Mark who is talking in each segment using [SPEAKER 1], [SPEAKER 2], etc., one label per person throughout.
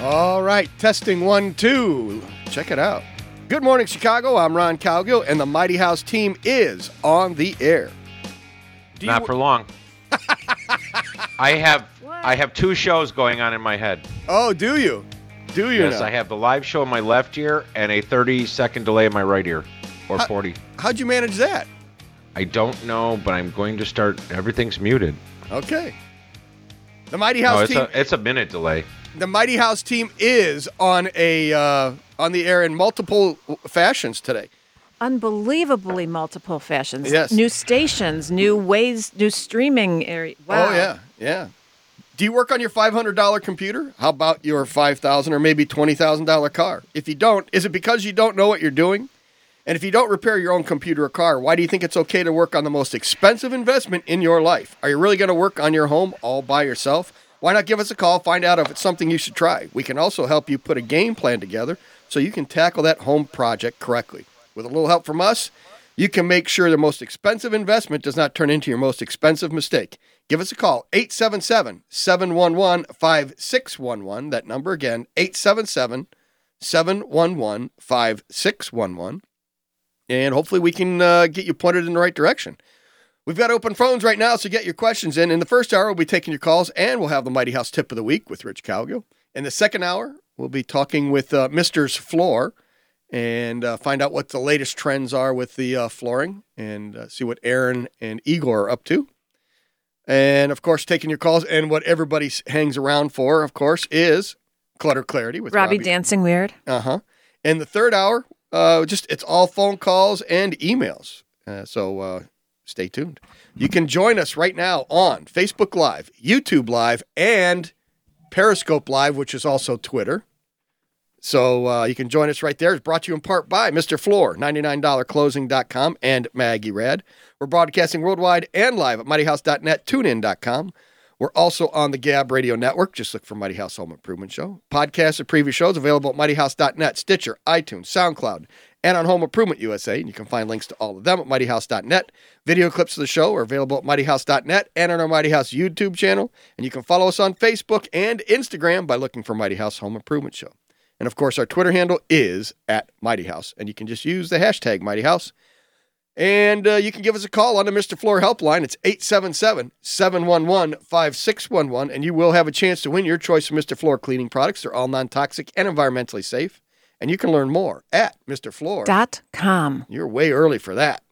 [SPEAKER 1] All right, testing one, two. Check it out. Good morning, Chicago. I'm Ron Calgill, and the Mighty House team is on the air. Do
[SPEAKER 2] Not
[SPEAKER 1] you-
[SPEAKER 2] for long. I have I have two shows going on in my head.
[SPEAKER 1] oh, do you? Do you?
[SPEAKER 2] Yes,
[SPEAKER 1] now?
[SPEAKER 2] I have the live show in my left ear and a 30 second delay in my right ear, or 40.
[SPEAKER 1] How'd you manage that?
[SPEAKER 2] I don't know, but I'm going to start. Everything's muted.
[SPEAKER 1] Okay. The Mighty
[SPEAKER 2] No,
[SPEAKER 1] House
[SPEAKER 2] it's
[SPEAKER 1] team.
[SPEAKER 2] a it's a minute delay.
[SPEAKER 1] the Mighty House team is on a uh, on the air in multiple fashions today.
[SPEAKER 3] unbelievably multiple fashions.
[SPEAKER 1] Yes.
[SPEAKER 3] New stations, new ways, new streaming area. Wow.
[SPEAKER 1] Oh yeah, yeah. Do you work on your five hundred dollar computer? How about your five thousand or maybe twenty thousand dollar car? If you don't, is it because you don't know what you're doing? And if you don't repair your own computer or car, why do you think it's okay to work on the most expensive investment in your life? Are you really going to work on your home all by yourself? Why not give us a call? Find out if it's something you should try. We can also help you put a game plan together so you can tackle that home project correctly. With a little help from us, you can make sure the most expensive investment does not turn into your most expensive mistake. Give us a call, 877 711 5611. That number again, 877 711 5611 and hopefully we can uh, get you pointed in the right direction. We've got open phones right now, so get your questions in. In the first hour, we'll be taking your calls, and we'll have the Mighty House tip of the week with Rich Calgill. In the second hour, we'll be talking with uh, Mister's Floor and uh, find out what the latest trends are with the uh, flooring and uh, see what Aaron and Igor are up to. And of course, taking your calls and what everybody s- hangs around for, of course, is Clutter Clarity with
[SPEAKER 3] Robbie,
[SPEAKER 1] Robbie
[SPEAKER 3] dancing weird.
[SPEAKER 1] uh huh. And the third hour, uh, just it's all phone calls and emails. Uh, so uh, stay tuned. You can join us right now on Facebook Live, YouTube Live, and Periscope Live, which is also Twitter. So uh, you can join us right there. It's brought to you in part by Mr. Floor, $99closing.com, and Maggie Rad. We're broadcasting worldwide and live at mightyhouse.net, tunein.com. We're also on the Gab Radio Network. Just look for Mighty House Home Improvement Show. Podcasts of previous shows available at mightyhouse.net, Stitcher, iTunes, SoundCloud, and on Home Improvement USA. And you can find links to all of them at mightyhouse.net. Video clips of the show are available at mightyhouse.net and on our Mighty House YouTube channel. And you can follow us on Facebook and Instagram by looking for Mighty House Home Improvement Show. And of course, our Twitter handle is at Mighty House. And you can just use the hashtag Mighty House. And uh, you can give us a call on the Mr. Floor helpline. It's 877 711 5611, and you will have a chance to win your choice of Mr. Floor cleaning products. They're all non toxic and environmentally safe. And you can learn more at Mr. Floor.
[SPEAKER 3] Dot com.
[SPEAKER 1] You're way early for that.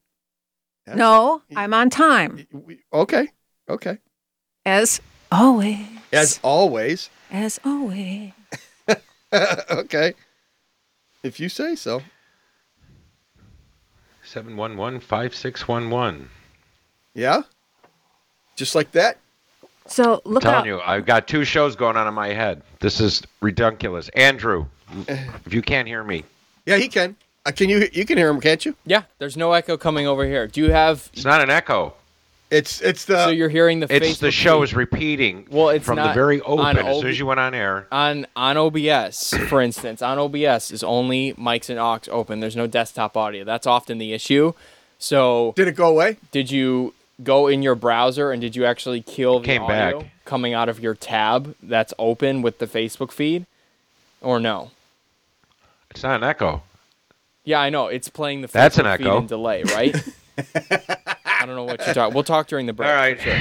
[SPEAKER 1] That's-
[SPEAKER 3] No, I'm on time.
[SPEAKER 1] We- Okay. Okay.
[SPEAKER 3] As always.
[SPEAKER 1] As always.
[SPEAKER 3] As always.
[SPEAKER 1] okay. If you say so.
[SPEAKER 2] 711 5611.
[SPEAKER 1] Yeah. Just like that.
[SPEAKER 3] So look
[SPEAKER 2] Telling
[SPEAKER 3] out.
[SPEAKER 2] you, I've got two shows going on in my head. This is ridiculous. Andrew, if you can't hear me,
[SPEAKER 1] Yeah, he can. Uh, can you? You can hear him, can't you?
[SPEAKER 4] Yeah, there's no echo coming over here. Do you have?
[SPEAKER 2] it's not an echo.
[SPEAKER 1] It's it's the.
[SPEAKER 4] so you're hearing the
[SPEAKER 2] It's the
[SPEAKER 4] Facebook
[SPEAKER 2] show is
[SPEAKER 4] feed
[SPEAKER 2] repeating
[SPEAKER 4] Well, it's
[SPEAKER 2] from the
[SPEAKER 4] not
[SPEAKER 2] very
[SPEAKER 4] on
[SPEAKER 2] open as
[SPEAKER 4] all
[SPEAKER 2] soon as
[SPEAKER 4] the-
[SPEAKER 2] you went on air.
[SPEAKER 4] on on OBS, for instance. On OBS is only mics and aux open. There's no desktop audio. That's often the issue. So
[SPEAKER 1] did it go away?
[SPEAKER 4] did you go in your browser and did you actually kill the
[SPEAKER 2] came back.
[SPEAKER 4] audio coming out of your tab that's open with the Facebook feed, or no?
[SPEAKER 2] It's not an echo.
[SPEAKER 4] Yeah, I know it's playing the Facebook
[SPEAKER 2] That's an
[SPEAKER 4] feed
[SPEAKER 2] echo.
[SPEAKER 4] in delay, right? I don't know what you're talking. We'll talk during the break.
[SPEAKER 2] All right.
[SPEAKER 4] for sure.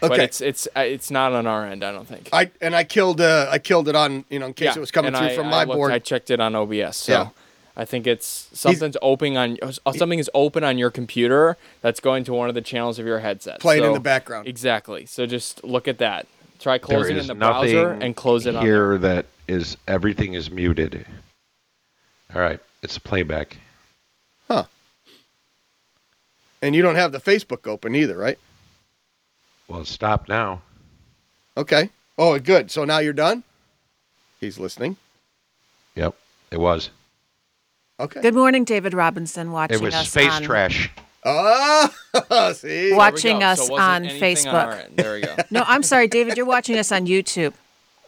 [SPEAKER 4] But it's it's uh, it's not on our end. I don't think.
[SPEAKER 1] I and I killed uh, I killed it on you know in case it was coming
[SPEAKER 4] and
[SPEAKER 1] through
[SPEAKER 4] I-
[SPEAKER 1] from
[SPEAKER 4] I
[SPEAKER 1] my
[SPEAKER 4] looked-
[SPEAKER 1] board.
[SPEAKER 4] I checked it on OBS. So
[SPEAKER 1] Yeah.
[SPEAKER 4] I think it's something's open on uh, something is open on your computer that's going to one of the channels of your headset.
[SPEAKER 1] Playing in
[SPEAKER 4] So-
[SPEAKER 1] the background.
[SPEAKER 4] Exactly. So just look at that. Try
[SPEAKER 2] There
[SPEAKER 4] closing it
[SPEAKER 2] is
[SPEAKER 4] in the
[SPEAKER 2] nothing
[SPEAKER 4] browser and close it on there.
[SPEAKER 2] here that is everything is muted. All right, it's playback.
[SPEAKER 1] huh. And you don't have the Facebook open either, right?
[SPEAKER 2] Well, stop now.
[SPEAKER 1] Okay. Oh, good. So now you're done. He's listening.
[SPEAKER 2] Yep. It was.
[SPEAKER 1] Okay.
[SPEAKER 3] Good morning, David Robinson, watching
[SPEAKER 2] It was
[SPEAKER 3] us
[SPEAKER 2] space
[SPEAKER 3] on,
[SPEAKER 2] trash.
[SPEAKER 1] Ah, see.
[SPEAKER 3] What?
[SPEAKER 4] There we
[SPEAKER 3] Watching
[SPEAKER 4] go.
[SPEAKER 3] us
[SPEAKER 4] So it wasn't
[SPEAKER 3] on
[SPEAKER 4] anything on our
[SPEAKER 3] Facebook.
[SPEAKER 4] end. there we go.
[SPEAKER 3] No, I'm sorry, David. You're watching us on YouTube.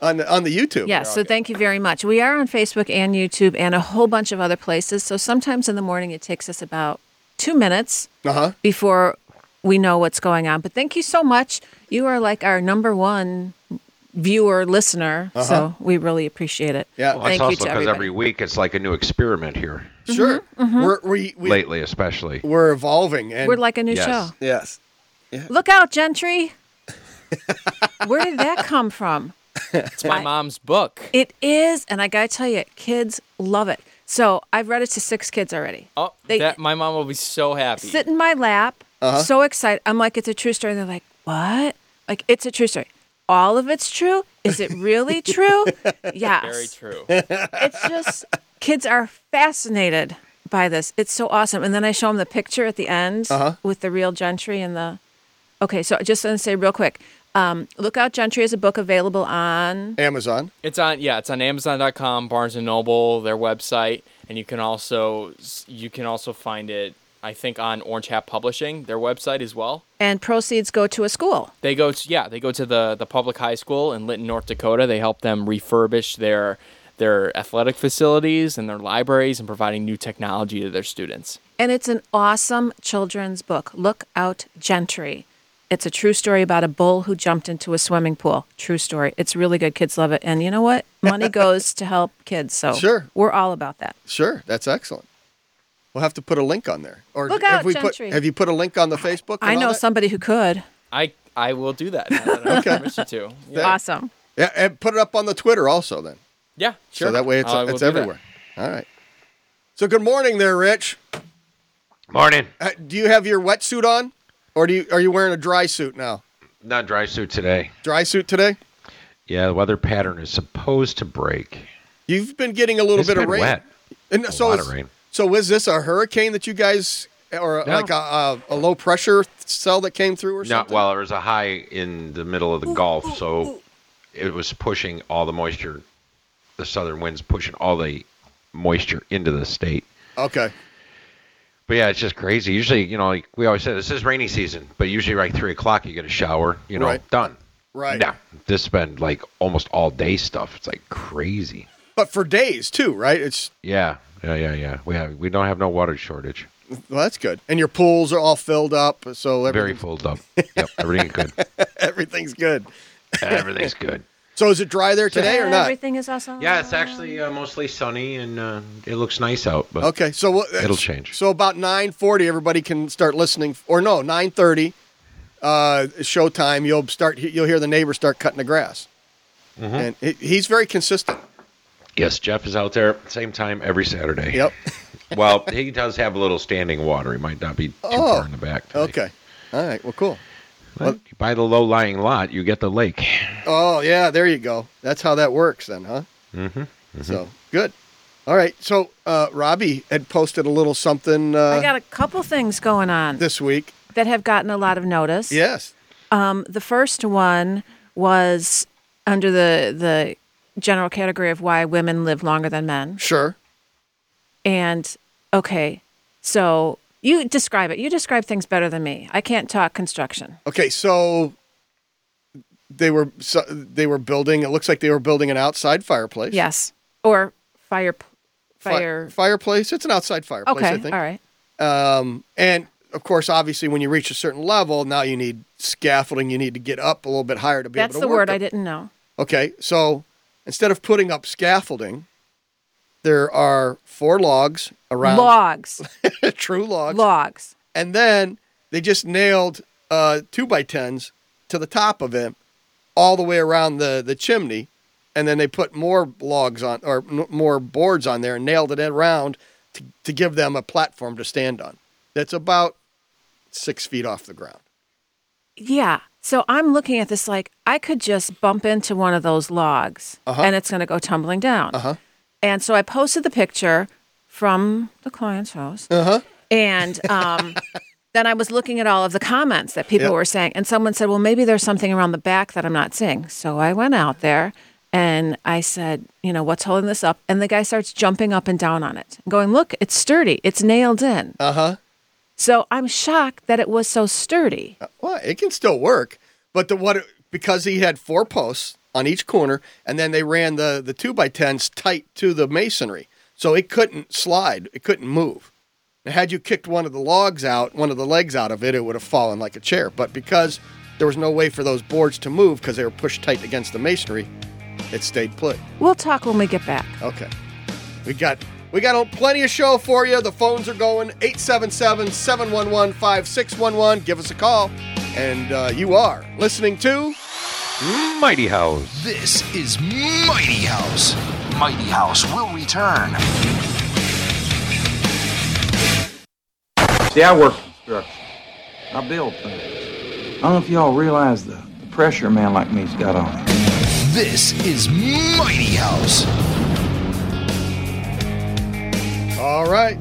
[SPEAKER 1] On the, on the YouTube.
[SPEAKER 3] Yeah, so thank you very much. We are on Facebook and YouTube and a whole bunch of other places. So sometimes in the morning it takes us about two minutes
[SPEAKER 1] Uh huh.
[SPEAKER 3] before we know what's going on. But thank you so much. You are like our number one viewer listener. So we really appreciate it.
[SPEAKER 1] Yeah.
[SPEAKER 2] Well,
[SPEAKER 3] thank
[SPEAKER 2] it's
[SPEAKER 3] you
[SPEAKER 2] also
[SPEAKER 3] to
[SPEAKER 2] because
[SPEAKER 3] everybody.
[SPEAKER 2] every week it's like a new experiment here,
[SPEAKER 3] Mm-hmm,
[SPEAKER 1] Sure. We're, we, we,
[SPEAKER 2] lately especially.
[SPEAKER 1] we're evolving. And
[SPEAKER 3] We're like a new
[SPEAKER 2] Yes.
[SPEAKER 3] show.
[SPEAKER 1] yes.
[SPEAKER 3] Look out, Gentry. Where did that come from?
[SPEAKER 4] It's my mom's book.
[SPEAKER 3] It is, and I gotta tell you, kids love it. So I've read it to six kids already.
[SPEAKER 4] Oh,
[SPEAKER 3] They-
[SPEAKER 4] that, my mom will be so happy.
[SPEAKER 3] sit in my lap, so excited. I'm like, it's a true story. And they're like, what? Like, it's a true story. All of it's true. Is it really true? yes.
[SPEAKER 4] Very true.
[SPEAKER 3] It's just kids are fascinated by this. It's so awesome. And then I show them the picture at the end
[SPEAKER 1] Uh-huh.
[SPEAKER 3] with the real Gentry and the. Okay, so just gonna say real quick. Um, Look out, Gentry is a book available on.
[SPEAKER 1] Amazon.
[SPEAKER 4] It's on yeah, it's on Amazon.com, Barnes and Noble, their website, and you can also you can also find it. I think on Orange Hat Publishing, their website as well.
[SPEAKER 3] And proceeds go to a school.
[SPEAKER 4] They go to yeah, they go to the the public high school in Linton, North Dakota. They help them refurbish their their athletic facilities and their libraries and providing new technology to their students.
[SPEAKER 3] And it's an awesome children's book. Look out, Gentry. It's a true story about a bull who jumped into a swimming pool. True story. It's really good. Kids love it. And you know what? Money goes to help kids. So
[SPEAKER 1] Sure.
[SPEAKER 3] we're all about that.
[SPEAKER 1] Sure. That's excellent. We'll have to put a link on there. Or
[SPEAKER 3] Look
[SPEAKER 1] have
[SPEAKER 3] out,
[SPEAKER 1] we
[SPEAKER 3] Gentry.
[SPEAKER 1] put have you put a link on the Facebook? and
[SPEAKER 3] I
[SPEAKER 1] all
[SPEAKER 3] know
[SPEAKER 1] that?
[SPEAKER 3] somebody who could.
[SPEAKER 4] I I will do that. Now that I have
[SPEAKER 1] Okay.
[SPEAKER 4] permission to. Yeah,
[SPEAKER 1] Uh,
[SPEAKER 3] Awesome.
[SPEAKER 1] Yeah, and put it up on the Twitter also then.
[SPEAKER 4] Yeah, sure.
[SPEAKER 1] So that way it's
[SPEAKER 4] I will
[SPEAKER 1] it's
[SPEAKER 4] do that.
[SPEAKER 1] everywhere. All right. So good morning there, Rich.
[SPEAKER 2] Morning.
[SPEAKER 1] Uh, do you have your wetsuit on, or do you are you wearing a dry suit now?
[SPEAKER 2] Not dry suit today.
[SPEAKER 1] Dry suit today.
[SPEAKER 2] Yeah, the weather pattern is supposed to break.
[SPEAKER 1] You've been getting a little
[SPEAKER 2] It's
[SPEAKER 1] bit of
[SPEAKER 2] been
[SPEAKER 1] rain.
[SPEAKER 2] wet.
[SPEAKER 1] And so
[SPEAKER 2] lot
[SPEAKER 1] is,
[SPEAKER 2] of rain.
[SPEAKER 1] So is this a hurricane that you guys or
[SPEAKER 2] No.
[SPEAKER 1] like a, a, a low pressure cell that came through or
[SPEAKER 2] Not
[SPEAKER 1] something?
[SPEAKER 2] well. There was a high in the middle of the Gulf, so it was pushing all the moisture. The southern winds pushing all the moisture into the state.
[SPEAKER 1] Okay.
[SPEAKER 2] But yeah, it's just crazy. Usually, you know, like we always say, this is rainy season, but usually like three o'clock, you get a shower. You know,
[SPEAKER 1] Right.
[SPEAKER 2] done.
[SPEAKER 1] Right.
[SPEAKER 2] No, this has been like almost all day stuff. It's like crazy.
[SPEAKER 1] But for days too, right? It's
[SPEAKER 2] Yeah, yeah, yeah, yeah. We have we don't have no water shortage.
[SPEAKER 1] well, that's good. And your pools are all filled up, so
[SPEAKER 2] Very
[SPEAKER 1] everything,
[SPEAKER 2] filled up. Yep, everything's good.
[SPEAKER 1] everything's good.
[SPEAKER 2] everything's good.
[SPEAKER 1] So is it dry there today or not?
[SPEAKER 3] Everything is awesome.
[SPEAKER 2] Yeah, it's actually uh, mostly sunny and uh, it looks nice out. But
[SPEAKER 1] Okay, so what- uh,
[SPEAKER 2] It'll change.
[SPEAKER 1] So about nine forty, everybody can start listening, or no, nine thirty, uh, showtime. You'll start. You'll hear the neighbors start cutting the grass, and he, he's very consistent.
[SPEAKER 2] yes, Jeff is out there same time every Saturday.
[SPEAKER 1] Yep.
[SPEAKER 2] well, he does have a little standing water. He might not be too
[SPEAKER 1] Oh,
[SPEAKER 2] far in the back. today.
[SPEAKER 1] Okay. All right. Well, cool.
[SPEAKER 2] But you buy the low lying lot, you get the lake.
[SPEAKER 1] Oh yeah, there you go. That's how that works then, huh? Mm-hmm. So good. All right. So uh, Robbie had posted a little something
[SPEAKER 3] I
[SPEAKER 1] uh,
[SPEAKER 3] got a couple things going on
[SPEAKER 1] this week.
[SPEAKER 3] that have gotten a lot of notice.
[SPEAKER 1] Yes.
[SPEAKER 3] Um, the first one was under the the general category of why women live longer than men.
[SPEAKER 1] Sure.
[SPEAKER 3] And okay, so you describe it. You describe things better than me. I can't talk construction.
[SPEAKER 1] Okay, so they were so they were building. It looks like they were building an outside fireplace.
[SPEAKER 3] Yes. Or fire,
[SPEAKER 1] Fi-
[SPEAKER 3] fire.
[SPEAKER 1] fireplace. It's an outside fireplace.
[SPEAKER 3] okay.
[SPEAKER 1] I think.
[SPEAKER 3] All right.
[SPEAKER 1] Um, and of course, obviously, when you reach a certain level, now you need scaffolding. You need to get up a little bit higher to be
[SPEAKER 3] That's
[SPEAKER 1] able to
[SPEAKER 3] the
[SPEAKER 1] work
[SPEAKER 3] word
[SPEAKER 1] up.
[SPEAKER 3] I didn't know.
[SPEAKER 1] Okay, so instead of putting up scaffolding, there are four logs around
[SPEAKER 3] Logs.
[SPEAKER 1] true logs,
[SPEAKER 3] Logs.
[SPEAKER 1] and then they just nailed uh, two by tens to the top of it, all the way around the the chimney, and then they put more logs on or n- more boards on there and nailed it around to, to give them a platform to stand on. That's about six feet off the ground.
[SPEAKER 3] Yeah. So I'm looking at this like I could just bump into one of those logs and it's going to go tumbling down. Uh-huh. And so I posted the picture from the client's house. Uh-huh. And um, then I was looking at all of the comments that people
[SPEAKER 1] Yep.
[SPEAKER 3] were saying. And someone said, well, maybe there's something around the back that I'm not seeing. So I went out there And I said, you know, what's holding this up? And the guy starts jumping up and down on it, going, look, it's sturdy. It's nailed in.
[SPEAKER 1] Uh huh.
[SPEAKER 3] So I'm shocked that it was so sturdy.
[SPEAKER 1] Well, it can still work, but the what because he had four posts on each corner, and then they ran the the two by tens tight to the masonry, so it couldn't slide, it couldn't move. Now, had you kicked one of the logs out, one of the legs out of it, it would have fallen like a chair. But because there was no way for those boards to move because they were pushed tight against the masonry, it stayed put.
[SPEAKER 3] We'll talk when we get back.
[SPEAKER 1] Okay. We got we got plenty of show for you. The phones are going 877-711-5611. Give us a call. And uh, you are listening to
[SPEAKER 2] Mighty House.
[SPEAKER 5] This is Mighty House. Mighty House will return.
[SPEAKER 6] See, I work construction. I build things. I don't know if y'all realize the, the pressure a man like me's got on him.
[SPEAKER 5] This is Mighty House.
[SPEAKER 1] All right.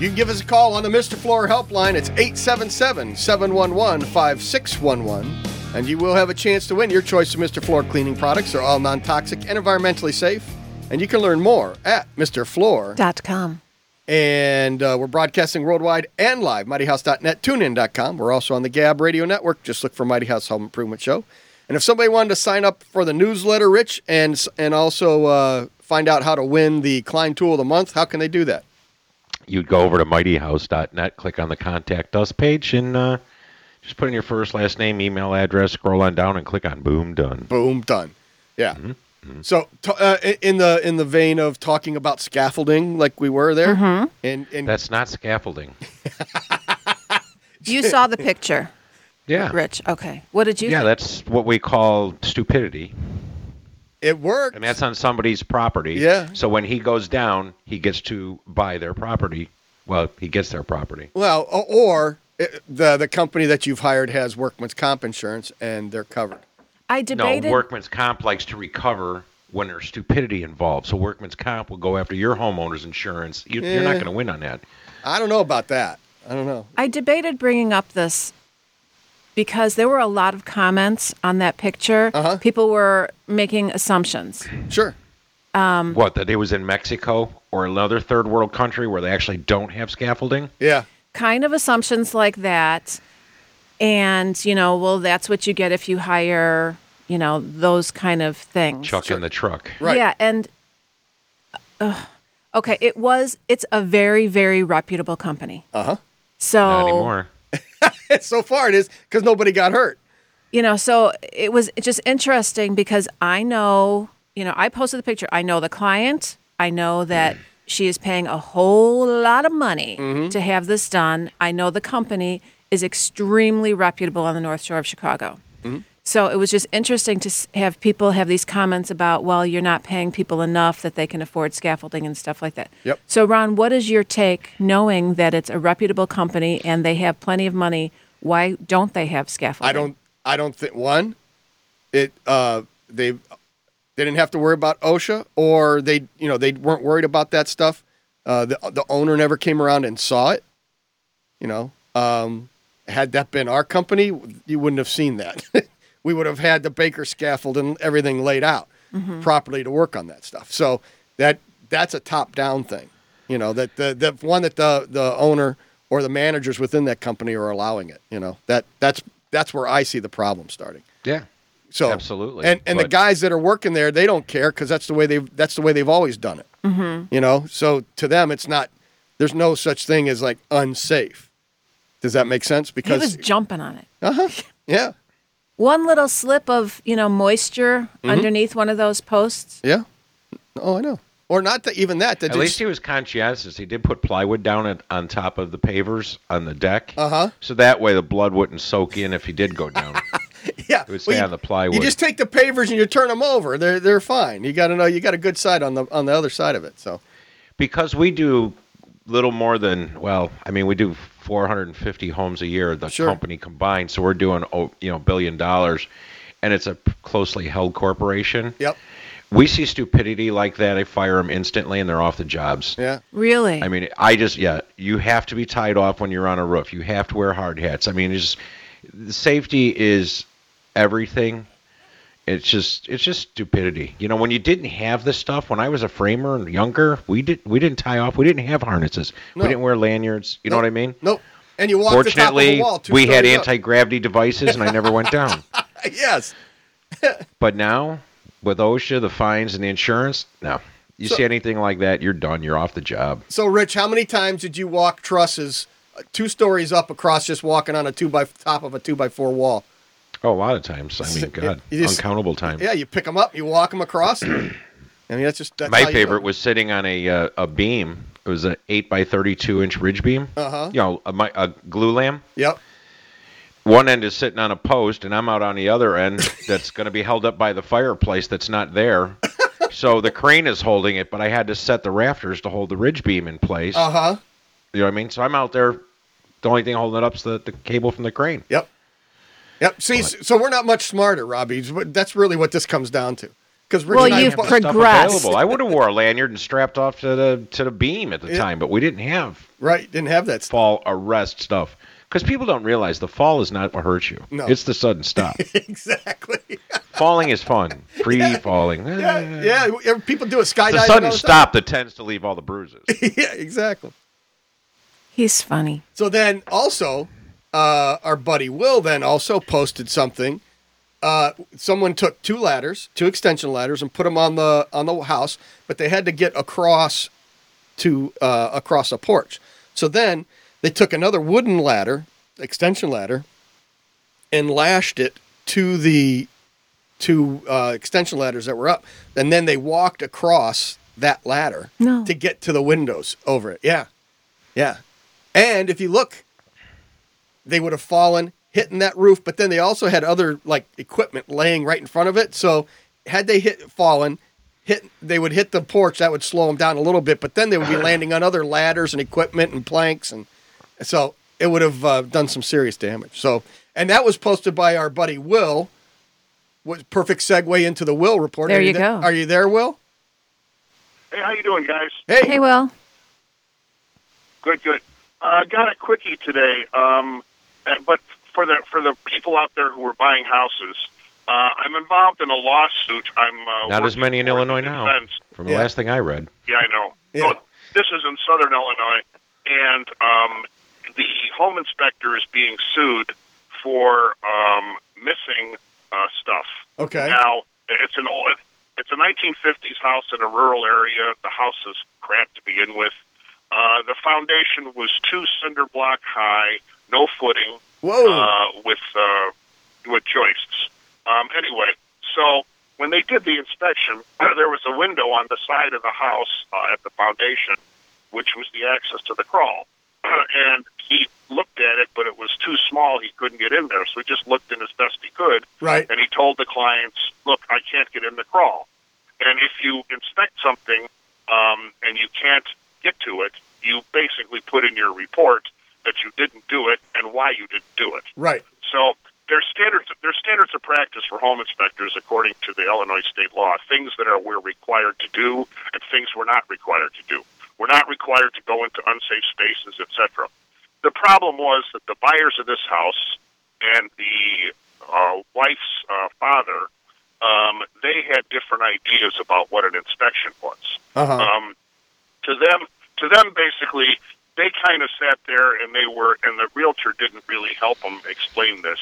[SPEAKER 1] You can give us a call on the Mr. Floor helpline. It's 877-711-5611. And you will have a chance to win your choice of Mr. Floor cleaning products. They're all non-toxic and environmentally safe. And you can learn more at Mr. Floor.
[SPEAKER 3] Dot com.
[SPEAKER 1] And uh, we're broadcasting worldwide and live, mightyhouse.net, tunein.com. We're also on the Gab Radio Network. Just look for Mighty House Home Improvement Show. And if somebody wanted to sign up for the newsletter, Rich, and s- and also uh, find out how to win the Klein Tool of the Month, how can they do that?
[SPEAKER 2] You'd go over to mightyhouse.net, click on the contact us page, and uh, just put in your first, last name, email address, scroll on down, and click on boom done.
[SPEAKER 1] Boom, done. Yeah. So t- uh, i- in the in the vein of talking about scaffolding, like we were there, and and
[SPEAKER 2] That's not scaffolding.
[SPEAKER 3] You saw the picture,
[SPEAKER 2] Yeah.
[SPEAKER 3] Rich. Okay. What did you
[SPEAKER 2] Yeah,
[SPEAKER 3] think?
[SPEAKER 2] that's what we call stupidity.
[SPEAKER 1] it worked.
[SPEAKER 2] I mean, that's on somebody's property.
[SPEAKER 1] Yeah.
[SPEAKER 2] So when he goes down, he gets to buy their property. Well, he gets their property.
[SPEAKER 1] well, o- or uh, the the company that you've hired has workman's comp insurance, and they're covered.
[SPEAKER 3] I debated.
[SPEAKER 2] No, workman's comp likes to recover when there's stupidity involved. So workman's comp will go after your homeowner's insurance. You, You're not
[SPEAKER 1] Yeah.
[SPEAKER 2] going to win on that.
[SPEAKER 1] I don't know about that. I don't know.
[SPEAKER 3] I debated bringing up this because there were a lot of comments on that picture.
[SPEAKER 1] Uh-huh.
[SPEAKER 3] People were making assumptions.
[SPEAKER 1] Sure.
[SPEAKER 2] What, that it was in Mexico or another third world country where they actually don't have scaffolding?
[SPEAKER 1] Yeah.
[SPEAKER 3] kind of assumptions like that and you know well that's what you get if you hire you know those kind of things
[SPEAKER 2] Chuck in the truck.
[SPEAKER 1] Right.
[SPEAKER 3] yeah and uh, okay it was it's a very very reputable company
[SPEAKER 1] Uh-huh.
[SPEAKER 3] so
[SPEAKER 2] Not anymore.
[SPEAKER 1] so far it is because nobody got hurt.
[SPEAKER 3] you know so it was just interesting because i know you know i posted the picture i know the client i know that she is paying a whole lot of money
[SPEAKER 1] Mm-hmm.
[SPEAKER 3] to have this done i know the company is extremely reputable on the north shore of chicago
[SPEAKER 1] Mm-hmm.
[SPEAKER 3] so it was just interesting to s- have people have these comments about well you're not paying people enough that they can afford scaffolding and stuff like that
[SPEAKER 1] Yep.
[SPEAKER 3] so ron what is your take knowing that it's a reputable company and they have plenty of money why don't they have scaffolding
[SPEAKER 1] I don't. I don't think one. It uh they they didn't have to worry about OSHA or they you know they weren't worried about that stuff. Uh, the the owner never came around and saw it. You know, um, had that been our company, you wouldn't have seen that. we would have had the baker scaffold and everything laid out
[SPEAKER 3] Mm-hmm.
[SPEAKER 1] properly to work on that stuff. So that that's a top down thing. You know that the the one that the the owner or the managers within that company are allowing it. You know that that's that's where I see the problem starting.
[SPEAKER 2] Yeah.
[SPEAKER 1] So
[SPEAKER 2] Absolutely.
[SPEAKER 1] and and the
[SPEAKER 2] But-
[SPEAKER 1] guys that are working there, they don't care because that's the way they've that's the way they've always done it.
[SPEAKER 3] Mm-hmm.
[SPEAKER 1] You know, so to them, it's not. There's no such thing as like unsafe. Does that make sense?
[SPEAKER 3] He
[SPEAKER 1] Because
[SPEAKER 3] was jumping on it.
[SPEAKER 1] yeah,
[SPEAKER 3] One little slip of, you know, moisture
[SPEAKER 2] Mm-hmm.
[SPEAKER 3] underneath one of those posts.
[SPEAKER 1] yeah. Oh, I know. Or not that even that. That
[SPEAKER 2] At least he was conscientious. He did put plywood down at, on top of the pavers on the deck. Uh
[SPEAKER 1] Uh-huh.
[SPEAKER 2] So that way the blood wouldn't soak in if he did go down.
[SPEAKER 1] yeah.
[SPEAKER 2] would stay
[SPEAKER 1] you-
[SPEAKER 2] on the plywood.
[SPEAKER 1] You just take the pavers and you turn them over. They're they're fine. You got to know you got a good side on the on the other side of it. So
[SPEAKER 2] because we do little more than well i mean we do 450 homes a year the
[SPEAKER 1] Sure.
[SPEAKER 2] company combined so we're doing oh, you know billion dollars and it's a p- closely held corporation
[SPEAKER 1] yep.
[SPEAKER 2] we see stupidity like that i fire them instantly and they're off the jobs
[SPEAKER 1] Yeah.
[SPEAKER 3] Really?
[SPEAKER 2] i mean i just yeah you have to be tied off when you're on a roof you have to wear hard hats i mean it's just safety is everything It's just it's just stupidity. You know, when you didn't have this stuff, when I was a framer and younger, we did we didn't tie off, we didn't have harnesses,
[SPEAKER 1] No.
[SPEAKER 2] we didn't wear lanyards. You know what I mean?
[SPEAKER 1] Nope. And you walk the top of the
[SPEAKER 2] Fortunately,
[SPEAKER 1] wall. two
[SPEAKER 2] we had
[SPEAKER 1] stories up.
[SPEAKER 2] anti gravity devices, and I never went down.
[SPEAKER 1] Yes.
[SPEAKER 2] But now, with OSHA, the fines, and the insurance, no. You see anything like that, you're done. You're off the job.
[SPEAKER 1] So, Rich, how many times did you walk trusses uh, two stories up across just walking on a two by top of a two by four wall?
[SPEAKER 2] Oh, a lot of times. I mean, God,
[SPEAKER 1] you just-
[SPEAKER 2] uncountable times.
[SPEAKER 1] Yeah, you pick them up, you walk them across. I mean, that's just that's
[SPEAKER 2] My favorite was sitting on a uh, a beam. It was an eight by thirty-two inch ridge beam.
[SPEAKER 1] Uh-huh.
[SPEAKER 2] You know, a, mi- a glue lamb.
[SPEAKER 1] Yep.
[SPEAKER 2] One end is sitting on a post, and I'm out on the other end. that's going to be held up by the fireplace that's not there. so the crane is holding it, but I had to set the rafters to hold the ridge beam in place.
[SPEAKER 1] Uh huh.
[SPEAKER 2] You know what I mean? So I'm out there. The only thing holding it up's the, the cable from the crane.
[SPEAKER 1] Yep. Yep. See, s- so we're not much smarter, Robbie. It's what- That's really what this comes down to. Because Rich
[SPEAKER 3] Well,
[SPEAKER 1] and I
[SPEAKER 3] you've
[SPEAKER 1] both-
[SPEAKER 3] pro- Progressed.
[SPEAKER 2] Stuff available. I would have wore a lanyard and strapped off to the to the beam at the time, but we didn't have
[SPEAKER 1] right didn't have that. Stuff.
[SPEAKER 2] fall arrest stuff because people don't realize the fall is not what hurts you.
[SPEAKER 1] No.
[SPEAKER 2] It's the sudden stop.
[SPEAKER 1] exactly.
[SPEAKER 2] Falling is fun. Free falling. eh.
[SPEAKER 1] yeah, yeah. w- People do a skydiving.
[SPEAKER 2] It's the
[SPEAKER 1] all
[SPEAKER 2] sudden
[SPEAKER 1] the
[SPEAKER 2] stop that tends to leave all the bruises.
[SPEAKER 1] time. yeah, exactly.
[SPEAKER 3] He's funny.
[SPEAKER 1] So then also, uh, our buddy Will then also posted something. Uh, someone took two ladders, two extension ladders, and put them on the on the house, but they had to get across to uh, across a porch. So then they took another wooden ladder, extension ladder, and lashed it to the two uh, extension ladders that were up, and then they walked across that ladder
[SPEAKER 3] No.
[SPEAKER 1] to get to the windows over it. Yeah, yeah. And if you look, they would have fallen, hitting that roof, but then they also had other like equipment laying right in front of it. So had they hit fallen, hit they would hit the porch, that would slow them down a little bit, but then they would be landing on other ladders and equipment and planks and so it would have uh, done some serious damage. So and that was posted by our buddy Will. Was perfect segue into the Will report.
[SPEAKER 3] There
[SPEAKER 1] are
[SPEAKER 3] you
[SPEAKER 1] there?
[SPEAKER 3] go.
[SPEAKER 1] Are you there, Will?
[SPEAKER 7] Hey, how you doing, guys?
[SPEAKER 3] Hey, Will.
[SPEAKER 7] Good, good. Uh, got a quickie today, um, uh, but for the for the people out there who are buying houses, uh, I'm involved in a lawsuit. I'm uh,
[SPEAKER 2] Not as
[SPEAKER 7] working
[SPEAKER 2] many in
[SPEAKER 7] for
[SPEAKER 2] Illinois
[SPEAKER 7] the
[SPEAKER 2] now.
[SPEAKER 7] defense.
[SPEAKER 2] From the
[SPEAKER 1] Yeah.
[SPEAKER 2] last thing I read,
[SPEAKER 7] Yeah, I know.
[SPEAKER 1] Yeah.
[SPEAKER 7] So this is in Southern Illinois, and um, the home inspector is being sued for um, missing uh, stuff.
[SPEAKER 1] Okay.
[SPEAKER 7] Now it's an old, it's a 1950s house in a rural area. The house is crap to begin with. Uh, the foundation was two cinder block high, no footing
[SPEAKER 1] Whoa.
[SPEAKER 7] uh, with uh, with joists. Um, anyway, so when they did the inspection, there was a window on the side of the house uh, at the foundation, which was the access to the crawl. and he looked at it, but it was too small. He couldn't get in there, so he just looked in as best he could.
[SPEAKER 1] right.
[SPEAKER 7] And he told the clients, "Look, I can't get in the crawl. And if you inspect something um, and you can't get to it, you basically put in your report that you didn't do it and why you didn't do it."
[SPEAKER 1] Right.
[SPEAKER 7] So there's standards there's standards of practice for home inspectors according to the Illinois state law. Things that are we're required to do and things we're not required to do. We're not required to go into unsafe spaces, etc. The problem was that the buyers of this house and the uh, wife's uh, father, um, they had different ideas about what an inspection was
[SPEAKER 1] Uh-huh.
[SPEAKER 7] um, to them to them basically they kind of sat there and they were and the realtor didn't really help them explain this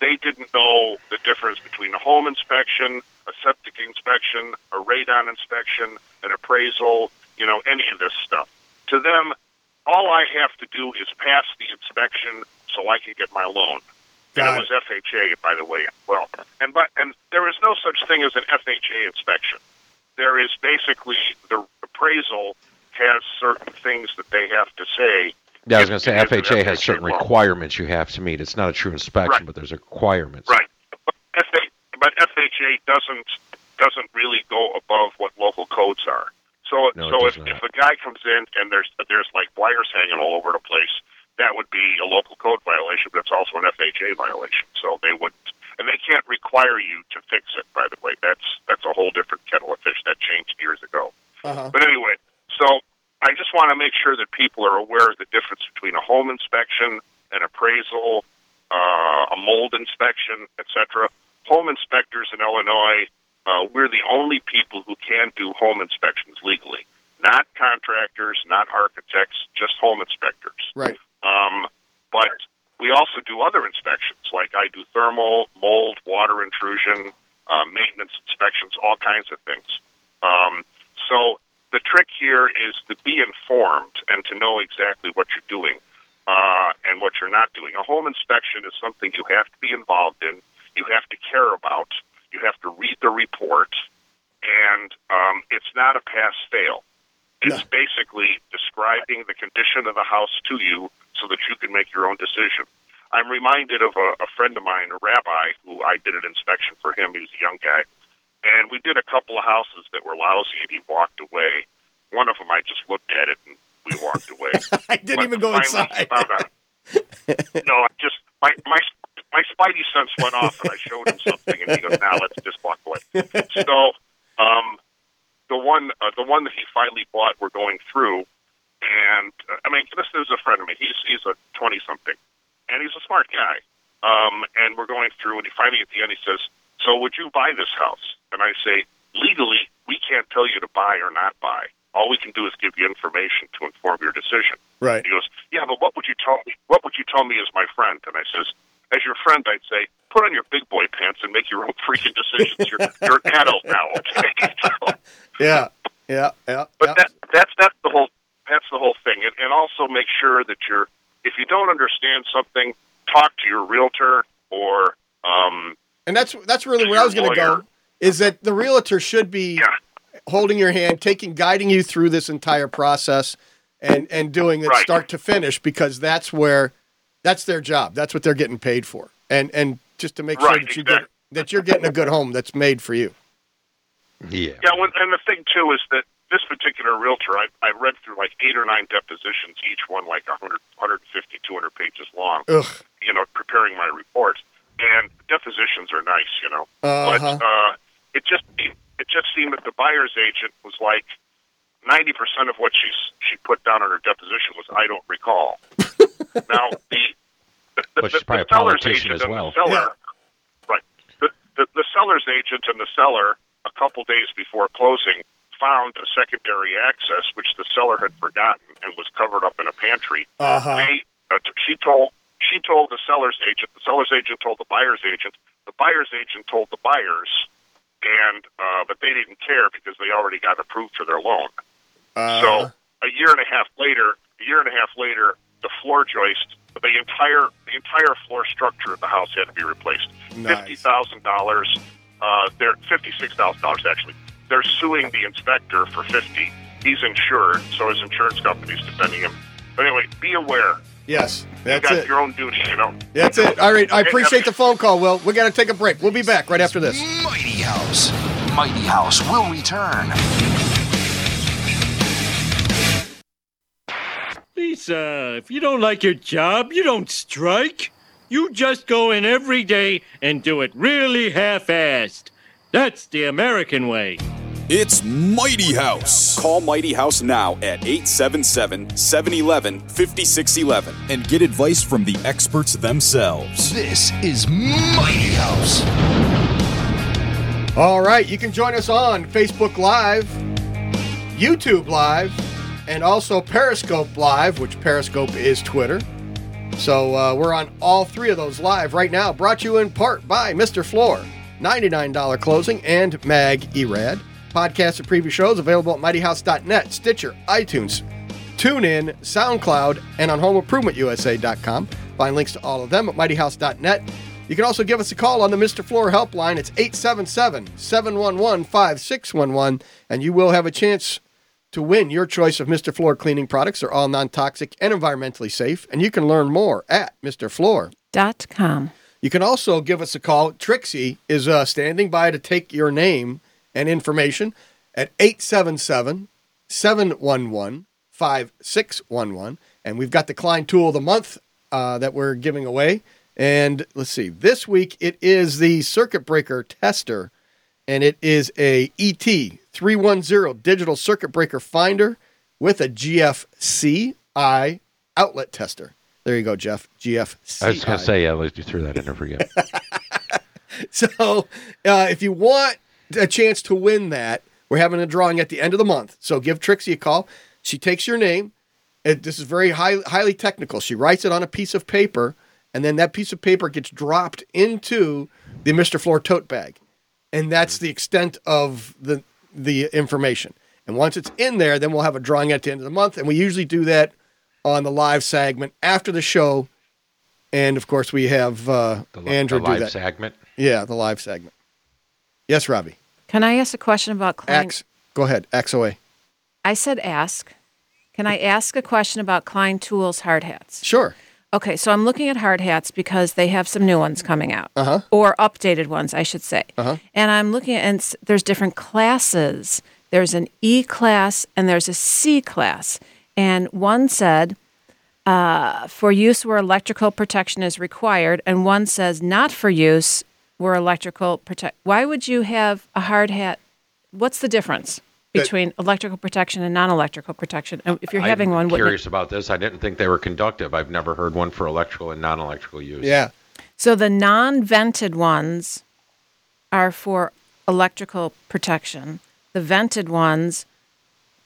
[SPEAKER 7] they didn't know the difference between a home inspection a septic inspection a radon inspection an appraisal you know any of this stuff to them all i have to do is pass the inspection so i can get my loan and
[SPEAKER 1] Got
[SPEAKER 7] it was FHA, by the way. Well, and but and there is no such thing as an FHA inspection. There is basically the appraisal has certain things that they have to say.
[SPEAKER 2] yeah, I was going to say
[SPEAKER 7] It is an
[SPEAKER 2] FHA has certain
[SPEAKER 7] law.
[SPEAKER 2] requirements you have to meet. It's not a true inspection,
[SPEAKER 7] Right.
[SPEAKER 2] but there's requirements.
[SPEAKER 7] Right. But FHA, but FHA doesn't doesn't really go above what local codes are. So
[SPEAKER 2] No, it
[SPEAKER 7] so
[SPEAKER 2] does
[SPEAKER 7] if,
[SPEAKER 2] not.
[SPEAKER 7] if a guy comes in and there's there's like wires hanging all over the place, that would be a local code violation, but it's also an FHA violation. So they wouldn't and they can't require you to fix it, by the way. That's that's a whole different kettle of fish that changed years ago.
[SPEAKER 1] Uh-huh.
[SPEAKER 7] But anyway, so I just want to make sure that people are aware of the difference between a home inspection, an appraisal, uh, a mold inspection, etc. Home inspectors in Illinois Illinois, uh, we're the only people who can do home inspections legally. Not contractors, not architects, just home inspectors.
[SPEAKER 1] Right.
[SPEAKER 7] Um, but we also do other inspections, like I do thermal, mold, water intrusion, uh, maintenance inspections, all kinds of things. Um, so the trick here is to be informed and to know exactly what you're doing uh, and what you're not doing. A home inspection is something you have to be involved in, you have to care about, you have to read the report, and um, it's not a pass fail. It's basically describing the condition of the house to you so that you can make your own decision. I'm reminded of a, a friend of mine, a rabbi, who I did an inspection for him. He was a young guy. And we did a couple of houses that were lousy, and he walked away. One of them, I just looked at it, and we walked away.
[SPEAKER 1] I didn't
[SPEAKER 7] But
[SPEAKER 1] even go
[SPEAKER 7] finally
[SPEAKER 1] inside.
[SPEAKER 7] found out. no, I just my my my spidey sense went off, and I showed him something, and he goes, "Now let's just walk away." So, um, the one uh, the one that he finally bought, we're going through, and uh, I mean, this is a friend of mine. He's he's a twenty something, and he's a smart guy. Um, and we're going through, and he finally at the end he says, "So would you buy this house?" And I say, "Legally, we can't tell you to buy or not buy. All we can do is give you information to inform your decision."
[SPEAKER 1] Right.
[SPEAKER 7] He goes, "Yeah, but what would you tell me? What would you tell me as my friend?" And I says, "As your friend, I'd say, put on your big boy pants and make your own freaking decisions. You're you're an adult now, okay?" So,
[SPEAKER 1] Yeah. Yeah. Yeah.
[SPEAKER 7] but
[SPEAKER 1] yeah.
[SPEAKER 7] that that's that's the whole that's the whole thing, and, and also make sure that you're if you don't understand something, talk to your realtor or um,
[SPEAKER 1] and that's that's really where I was going to go.
[SPEAKER 7] Lawyer.
[SPEAKER 1] Is that the realtor should be
[SPEAKER 7] yeah,
[SPEAKER 1] holding your hand, taking, guiding you through this entire process, and and doing it
[SPEAKER 7] Right.
[SPEAKER 1] start to finish because that's where, that's their job. That's what they're getting paid for, and and just to make sure
[SPEAKER 7] Right,
[SPEAKER 1] that you get
[SPEAKER 7] exactly.
[SPEAKER 1] that you're getting a good home that's made for you.
[SPEAKER 2] Yeah.
[SPEAKER 7] yeah. When, and the thing too is that this particular realtor, I I read through like eight or nine depositions, each one like 100, 150, 200 pages long.
[SPEAKER 1] Ugh.
[SPEAKER 7] you know, preparing my report, and depositions are nice, you know.
[SPEAKER 1] Uh-huh.
[SPEAKER 7] But uh, it just it just seemed that the buyer's agent was like ninety percent of what she she put down on her deposition was I don't recall. now the the, the,
[SPEAKER 2] But she's
[SPEAKER 7] the,
[SPEAKER 2] probably a
[SPEAKER 7] the seller's
[SPEAKER 2] politician
[SPEAKER 7] agent
[SPEAKER 2] as
[SPEAKER 7] and
[SPEAKER 2] well.
[SPEAKER 7] the seller, right? The, the the seller's agent and the seller a couple days before closing found a secondary access which the seller had forgotten and was covered up in a pantry
[SPEAKER 1] Uh huh.
[SPEAKER 7] they, uh, t- she told she told the seller's agent. The seller's agent told the buyer's agent. The buyer's agent told the buyers, and uh, but they didn't care because they already got approved for their loan.
[SPEAKER 1] Uh,
[SPEAKER 7] So a year and a half later, a year and a half later, the floor joist, the entire the entire floor structure of the house had to be replaced.
[SPEAKER 1] Nice.
[SPEAKER 7] Fifty thousand dollars. Uh, they're fifty six thousand dollars actually. They're suing the inspector for fifty. He's insured, so his insurance company's defending him. But anyway, be aware.
[SPEAKER 1] yes,
[SPEAKER 7] You
[SPEAKER 1] that's
[SPEAKER 7] got
[SPEAKER 1] it.
[SPEAKER 7] your own duty, you know.
[SPEAKER 1] That's it. All right. I appreciate the phone call, Will. We got to take a break. We'll be back right after this.
[SPEAKER 5] Mighty House. Mighty House will return.
[SPEAKER 8] Lisa, if you don't like your job, you don't strike. You just go in every day and do it really half assed. That's the American way.
[SPEAKER 9] It's Mighty House. Call Mighty House now at 877 711 5611 and get advice from the experts themselves.
[SPEAKER 5] This is Mighty House.
[SPEAKER 1] All right, you can join us on Facebook Live, YouTube Live, and also Periscope Live, which Periscope is Twitter. So uh, we're on all three of those live right now, brought to you in part by Mr. Floor, $99 closing, and Mag Erad. Podcasts and preview shows available at mightyhouse.net, Stitcher, iTunes, TuneIn, SoundCloud, and on HomeImprovementUSA.com. Find links to all of them at mightyhouse.net. You can also give us a call on the Mr. Floor helpline. It's 877 711 5611, and you will have a chance to win your choice of Mr. Floor cleaning products. They're all non toxic and environmentally safe, and you can learn more at Mr. Floor.
[SPEAKER 3] Dot com.
[SPEAKER 1] You can also give us a call. Trixie is uh, standing by to take your name and information at 877 711 5611. And we've got the Klein Tool of the Month uh, that we're giving away. And let's see, this week it is the Circuit Breaker Tester, and it is a E ET310 digital circuit breaker finder with a GFCI outlet tester. There you go, Jeff. GFCI.
[SPEAKER 2] I was gonna say, yeah, let's you threw that in. I forget.
[SPEAKER 1] So, uh, if you want a chance to win that. We're having a drawing at the end of the month. So give Trixie a call. She takes your name. It, this is very high, highly technical. She writes it on a piece of paper, and then that piece of paper gets dropped into the Mr. Floor tote bag. And that's the extent of the the information. And once it's in there, then we'll have a drawing at the end of the month. And we usually do that on the live segment after the show. And of course, we have uh,
[SPEAKER 2] The, li-
[SPEAKER 1] Andrew
[SPEAKER 2] the
[SPEAKER 1] do
[SPEAKER 2] live
[SPEAKER 1] that.
[SPEAKER 2] segment.
[SPEAKER 1] Yeah, the live segment. Yes, Robbie.
[SPEAKER 3] Can I ask a question about client?
[SPEAKER 1] Ax, go ahead. Ax away.
[SPEAKER 3] I said ask. Can I ask a question about Klein Tools hard hats?
[SPEAKER 1] Sure.
[SPEAKER 3] Okay, so I'm looking at hard hats because they have some new ones coming out,
[SPEAKER 1] Uh-huh.
[SPEAKER 3] or updated ones, I should say. Uh-huh. And I'm looking at, and s- there's different classes. There's an E class and there's a C class. And one said, uh, for use where electrical protection is required, and one says not for use where electrical protect. Why would you have a hard hat? What's the difference between electrical protection and non-electrical protection? And If you're having
[SPEAKER 2] I'm
[SPEAKER 3] one, wouldn't it-
[SPEAKER 2] curious about this. I didn't think they were conductive. I've never heard one for electrical and non-electrical use.
[SPEAKER 1] Yeah.
[SPEAKER 3] So the non-vented ones are for electrical protection. The vented ones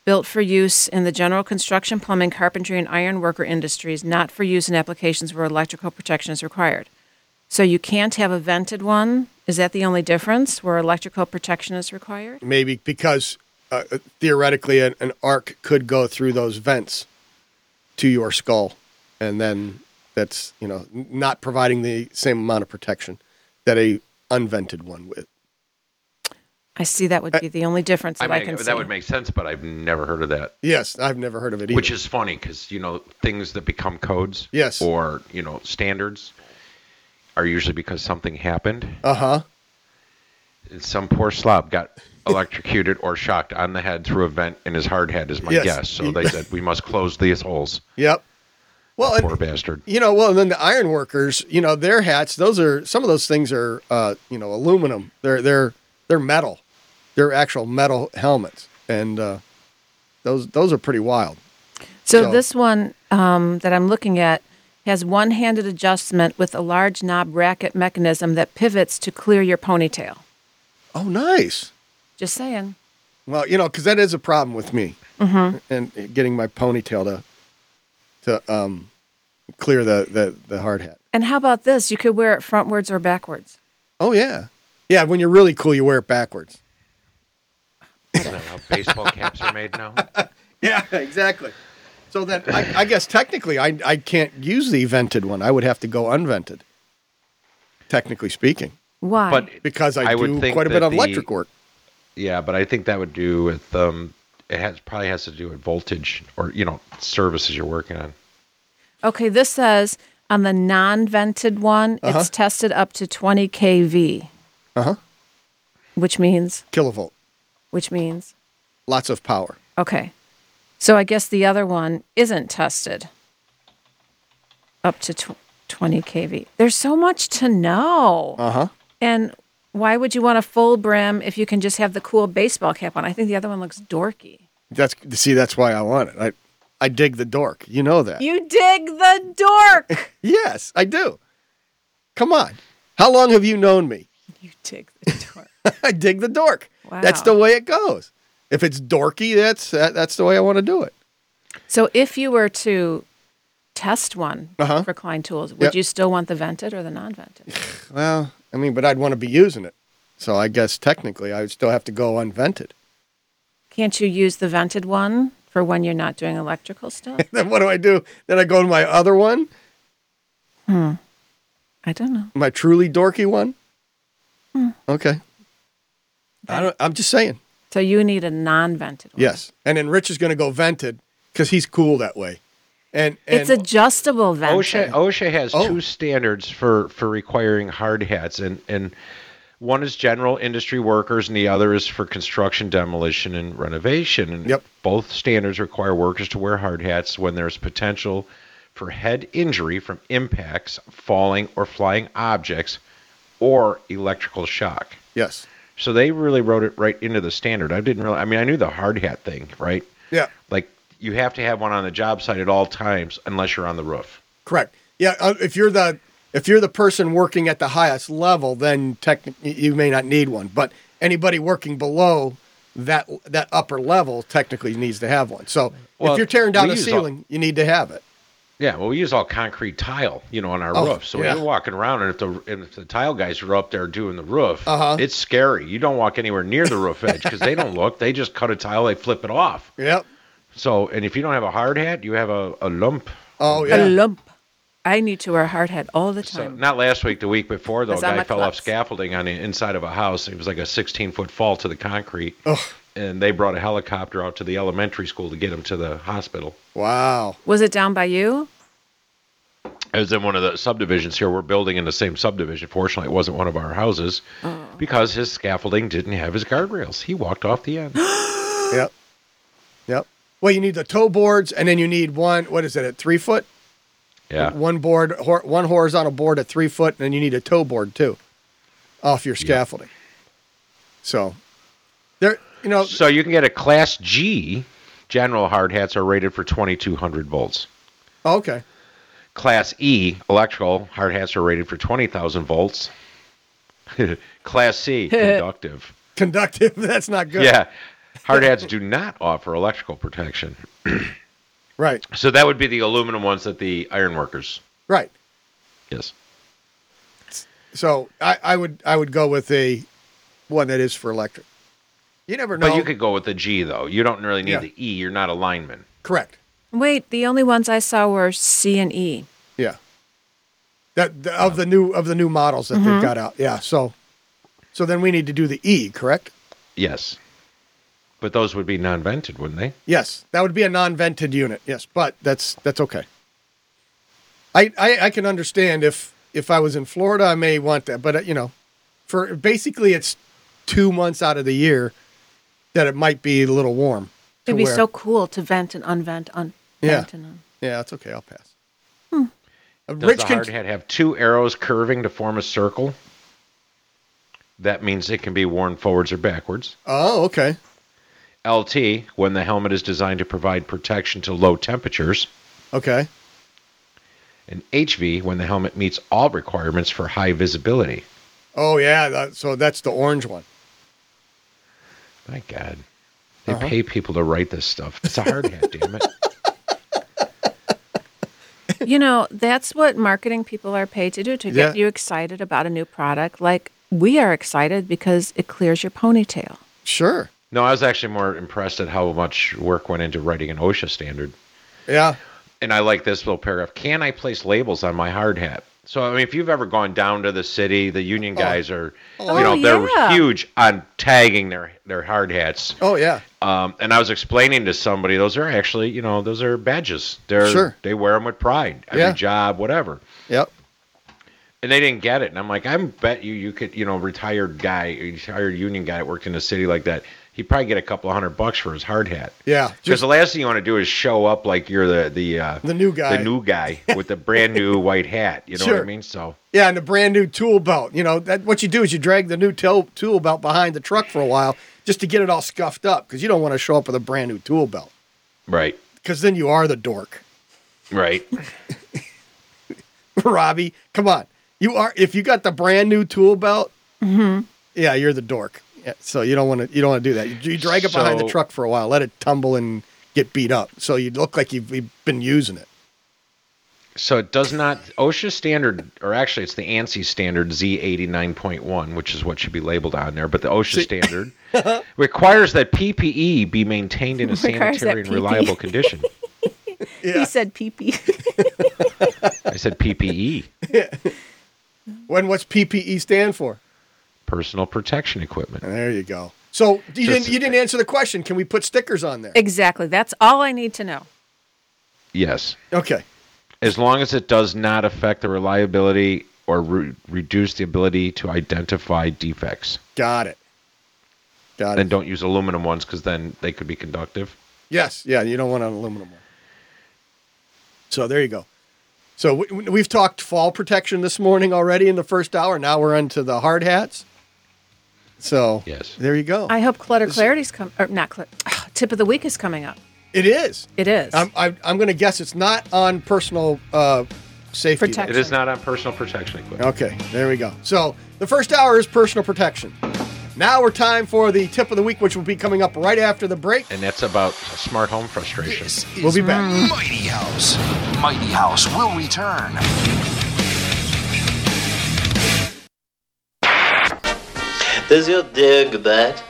[SPEAKER 3] built for use in the general construction, plumbing, carpentry, and iron worker industries, not for use in applications where electrical protection is required. So you can't have a vented one. Is that the only difference where electrical protection is required?
[SPEAKER 1] Maybe because uh, theoretically, an, an arc could go through those vents to your skull, and then that's you know n- not providing the same amount of protection that a unvented one would.
[SPEAKER 3] I see that would be the only difference
[SPEAKER 2] Uh, I
[SPEAKER 3] that I,
[SPEAKER 2] mean,
[SPEAKER 3] can
[SPEAKER 2] that
[SPEAKER 3] see.
[SPEAKER 2] would make sense, but I've never heard of that.
[SPEAKER 1] Yes, I've never heard of it either.
[SPEAKER 2] Which is funny because you know things that become codes,
[SPEAKER 1] Yes.
[SPEAKER 2] or you know standards, are usually because something happened.
[SPEAKER 1] uh huh.
[SPEAKER 2] And some poor slob got electrocuted or shocked on the head through a vent in his hard head, is my
[SPEAKER 1] Yes.
[SPEAKER 2] guess. So they said we must close these holes.
[SPEAKER 1] Yep. Well, and-
[SPEAKER 2] Poor bastard.
[SPEAKER 1] You know, well, and then the iron workers, you know, their hats, those are some of those things are uh, you know, aluminum. They're they're they're metal. They're actual metal helmets. And uh those those are pretty wild.
[SPEAKER 3] So,
[SPEAKER 1] So-
[SPEAKER 3] this one um, that I'm looking at has one-handed adjustment with a large knob racket mechanism that pivots to clear your ponytail.
[SPEAKER 1] Oh, nice.
[SPEAKER 3] Just saying.
[SPEAKER 1] Well, you know, cuz that is a problem with me. Mm-hmm. And getting my ponytail to to um clear the the the hard hat.
[SPEAKER 3] And how about this? You could wear it frontwards or backwards.
[SPEAKER 1] Oh yeah. Yeah, when you're really cool you wear it backwards.
[SPEAKER 2] Is that how baseball caps are made now?
[SPEAKER 1] Yeah, exactly. So then, I, I guess technically, I I can't use the vented one. I would have to go unvented. Technically speaking,
[SPEAKER 3] Why?
[SPEAKER 2] But
[SPEAKER 1] because I,
[SPEAKER 2] I would
[SPEAKER 1] do
[SPEAKER 2] think
[SPEAKER 1] quite a bit
[SPEAKER 2] that
[SPEAKER 1] of
[SPEAKER 2] the-
[SPEAKER 1] electric work.
[SPEAKER 2] yeah, but I think that would do with um, it has probably has to do with voltage or you know services you're working on.
[SPEAKER 3] okay, this says on the non-vented one, it's tested up to 20 kV,
[SPEAKER 1] Uh huh.
[SPEAKER 3] which means
[SPEAKER 1] Kilovolt,
[SPEAKER 3] which means
[SPEAKER 1] lots of power.
[SPEAKER 3] okay. So I guess the other one isn't tested up to tw- 20 kV. There's so much to know.
[SPEAKER 1] Uh huh.
[SPEAKER 3] And why would you want a full brim if you can just have the cool baseball cap on? I think the other one looks dorky.
[SPEAKER 1] That's see, that's why I want it. I I dig the dork. You know that.
[SPEAKER 3] You dig the dork.
[SPEAKER 1] yes, I do. Come on, how long have you known me?
[SPEAKER 3] you dig the dork.
[SPEAKER 1] I dig the dork. That's
[SPEAKER 3] Wow.
[SPEAKER 1] the way it goes. If it's dorky, that's that, that's the way I want to do it.
[SPEAKER 3] So if you were to test one
[SPEAKER 1] Uh-huh.
[SPEAKER 3] for Klein Tools, would
[SPEAKER 1] Yep.
[SPEAKER 3] you still want the vented or the non-vented?
[SPEAKER 1] Well, I mean, but I'd want to be using it. So I guess technically I would still have to go unvented.
[SPEAKER 3] Can't you use the vented one for when you're not doing electrical stuff?
[SPEAKER 1] Then what do I do? Then I go to my other one,
[SPEAKER 3] I don't know.
[SPEAKER 1] my truly dorky one. Okay. I don't, I'm just saying.
[SPEAKER 3] So you need a non-vented one.
[SPEAKER 1] Yes. And then Rich is going to go vented because he's cool that way. And, and
[SPEAKER 3] It's adjustable vented.
[SPEAKER 2] OSHA OSHA has
[SPEAKER 1] Oh.
[SPEAKER 2] two standards for for requiring hard hats, and and one is general industry workers, and the other is for construction, demolition, and renovation. And
[SPEAKER 1] Yep.
[SPEAKER 2] both standards require workers to wear hard hats when there's potential for head injury from impacts, falling or flying objects, or electrical shock.
[SPEAKER 1] yes.
[SPEAKER 2] So they really wrote it right into the standard. I didn't really. I mean, I knew the hard hat thing, right?
[SPEAKER 1] Yeah.
[SPEAKER 2] Like you have to have one on the job site at all times, unless you're on the roof.
[SPEAKER 1] Correct. Yeah. uh, If you're the, if you're the person working at the highest level, then technically you may not need one. But anybody working below that that upper level technically needs to have one. So
[SPEAKER 2] Well,
[SPEAKER 1] if you're tearing down
[SPEAKER 2] we
[SPEAKER 1] a
[SPEAKER 2] use
[SPEAKER 1] ceiling, you need to have it.
[SPEAKER 2] Yeah, well, we use all concrete tile, you know, on our
[SPEAKER 1] Oh,
[SPEAKER 2] roof. So
[SPEAKER 1] yeah.
[SPEAKER 2] you're walking around, and if the and if the tile guys are up there doing the roof,
[SPEAKER 1] Uh-huh.
[SPEAKER 2] it's scary. You don't walk anywhere near the roof edge because they don't look. They just cut a tile, they flip it off.
[SPEAKER 1] Yep.
[SPEAKER 2] So, and if you don't have a hard hat, you have a, a lump.
[SPEAKER 1] Oh
[SPEAKER 3] A
[SPEAKER 1] yeah.
[SPEAKER 3] lump. I need to wear a hard hat all the
[SPEAKER 2] So,
[SPEAKER 3] time.
[SPEAKER 2] not last week, the week before, though, a
[SPEAKER 3] It's on
[SPEAKER 2] guy
[SPEAKER 3] my
[SPEAKER 2] fell off
[SPEAKER 3] clubs.
[SPEAKER 2] scaffolding on the inside of a house. It was like a 16 foot fall to the concrete. And they brought a helicopter out to the elementary school to get him to the hospital.
[SPEAKER 1] Wow.
[SPEAKER 3] Was it down by you?
[SPEAKER 2] I was in one of the subdivisions here. We're building in the same subdivision. Fortunately, it wasn't one of our houses because his scaffolding didn't have his guardrails. He walked off the end.
[SPEAKER 1] Yep. Yep. Well, you need the toe boards, and then you need one. What is it? At three foot,
[SPEAKER 2] yeah.
[SPEAKER 1] one board, hor- one horizontal board at three foot, and then you need a toe board too, off your scaffolding. So, there. You know,
[SPEAKER 2] So you can get a Class G. General hard hats are rated for 2200 volts.
[SPEAKER 1] Oh, okay.
[SPEAKER 2] Class E electrical hard hats are rated for 20,000 volts. Class C conductive.
[SPEAKER 1] Conductive. That's not good.
[SPEAKER 2] Yeah. Hard hats do not offer electrical protection.
[SPEAKER 1] Right.
[SPEAKER 2] So that would be the aluminum ones that the ironworkers.
[SPEAKER 1] Right.
[SPEAKER 2] Yes.
[SPEAKER 1] So I, I would I would go with a one that is for electric. You never know.
[SPEAKER 2] But you could go with the G though. You don't really need
[SPEAKER 1] Yeah.
[SPEAKER 2] the E. You're not a lineman.
[SPEAKER 1] correct.
[SPEAKER 3] Wait, the only ones I saw were C and E.
[SPEAKER 1] Yeah. That the, of the new of the new models that they've got out. Yeah. So so then we need to do the E, correct?
[SPEAKER 2] Yes. But those would be non-vented, wouldn't they?
[SPEAKER 1] Yes. That would be a non-vented unit. Yes, but that's that's okay. I I, I can understand if if I was in Florida, I may want that, but uh, you know, for basically it's two months out of the year that it might be a little warm. to
[SPEAKER 3] It'd be
[SPEAKER 1] where-
[SPEAKER 3] so cool to vent and unvent, un-
[SPEAKER 1] Yeah.
[SPEAKER 3] vent and un-
[SPEAKER 1] Yeah, it's okay. I'll pass. Uh,
[SPEAKER 2] Does
[SPEAKER 1] Rich
[SPEAKER 2] the
[SPEAKER 1] can.
[SPEAKER 2] hard hat have two arrows curving to form a circle? That means it can be worn forwards or backwards.
[SPEAKER 1] oh, okay.
[SPEAKER 2] LT, when the helmet is designed to provide protection to low temperatures.
[SPEAKER 1] Okay.
[SPEAKER 2] And HV, when the helmet meets all requirements for high visibility.
[SPEAKER 1] Oh, yeah. that- so that's the orange one.
[SPEAKER 2] My God. They
[SPEAKER 1] Uh-huh.
[SPEAKER 2] pay people to write this stuff. It's a hard hat, damn it.
[SPEAKER 3] You know, that's what marketing people are paid to do to get
[SPEAKER 1] Yeah.
[SPEAKER 3] you excited about a new product. Like we are excited because it clears your ponytail.
[SPEAKER 1] Sure.
[SPEAKER 2] No, I was actually more impressed at how much work went into writing an OSHA standard.
[SPEAKER 1] Yeah.
[SPEAKER 2] and I like this little paragraph. Can I place labels on my hard hat? So I mean, if you've ever gone down to the city, the union
[SPEAKER 1] Oh.
[SPEAKER 2] guys are, you know,
[SPEAKER 3] Oh,
[SPEAKER 2] they're
[SPEAKER 3] yeah.
[SPEAKER 2] huge on tagging their their hard hats.
[SPEAKER 1] Oh, yeah.
[SPEAKER 2] Um, and I was explaining to somebody, those are actually, you know, those are badges. They're
[SPEAKER 1] Sure.
[SPEAKER 2] they wear them with pride, every
[SPEAKER 1] Yeah.
[SPEAKER 2] job, whatever.
[SPEAKER 1] Yep.
[SPEAKER 2] And they didn't get it. And I'm like, I bet you you could, you know, retired guy, retired union guy that worked in a city like that, he'd probably get a couple of hundred bucks for his hard hat.
[SPEAKER 1] Yeah.
[SPEAKER 2] Because
[SPEAKER 1] Just
[SPEAKER 2] the last thing you want to do is show up like you're the the uh,
[SPEAKER 1] The new guy.
[SPEAKER 2] the new guy with the brand new white hat. You know what
[SPEAKER 1] Sure.
[SPEAKER 2] I mean? So
[SPEAKER 1] yeah, and the brand new tool belt. You know that what you do is you drag the new tel- tool belt behind the truck for a while just to get it all scuffed up because you don't want to show up with a brand new tool belt
[SPEAKER 2] right,
[SPEAKER 1] because then you are the dork,
[SPEAKER 2] right.
[SPEAKER 1] Robbie. Come on, you are. If you got the brand new tool belt, yeah, you're the dork. Yeah, so you don't want to. You don't want to do that. You, you drag it behind the
[SPEAKER 2] So-
[SPEAKER 1] truck for a while, let it tumble and get beat up, so you look like you've, you've been using it.
[SPEAKER 2] So it does not OSHA standard, or actually it's the ANSI standard Z89.1, which is what should be labeled on there. But the OSHA standard
[SPEAKER 1] Uh-huh.
[SPEAKER 2] requires that PPE be maintained in a
[SPEAKER 3] Requires that
[SPEAKER 2] sanitary and
[SPEAKER 3] PPE.
[SPEAKER 1] E.
[SPEAKER 2] reliable condition.
[SPEAKER 1] Yeah.
[SPEAKER 3] He said pee pee.
[SPEAKER 2] I said E, PPE,
[SPEAKER 1] When what's PPE stand for?
[SPEAKER 2] personal protection equipment.
[SPEAKER 1] There you go. So you
[SPEAKER 2] Just-
[SPEAKER 1] didn't you didn't answer the question. Can we put stickers on there?
[SPEAKER 3] exactly. That's all I need to know.
[SPEAKER 2] Yes.
[SPEAKER 1] Okay.
[SPEAKER 2] as long as it does not affect the reliability or re- reduce the ability to identify defects.
[SPEAKER 1] Got it. Got
[SPEAKER 2] Then
[SPEAKER 1] it.
[SPEAKER 2] don't use aluminum ones because then they could be conductive.
[SPEAKER 1] Yes. Yeah. You don't want an aluminum one. So there you go. So we, we've talked fall protection this morning already in the first hour. Now we're into the hard hats. So
[SPEAKER 2] Yes.
[SPEAKER 1] there you go.
[SPEAKER 3] I hope clutter clarity's come or not clutter. tip of the week is coming up.
[SPEAKER 1] it is.
[SPEAKER 3] It is.
[SPEAKER 1] I'm I, I'm going to guess it's not on personal uh, safety. though.
[SPEAKER 3] Protect-
[SPEAKER 2] It is not on personal protection equipment.
[SPEAKER 1] Okay, there we go. So the first hour is personal protection. Now we're time for the tip of the week, which will be coming up right after the break.
[SPEAKER 2] And that's about smart home frustration.
[SPEAKER 5] This is
[SPEAKER 1] We'll be back.
[SPEAKER 5] Mighty House. Mighty House will return.
[SPEAKER 10] Does your dog bite?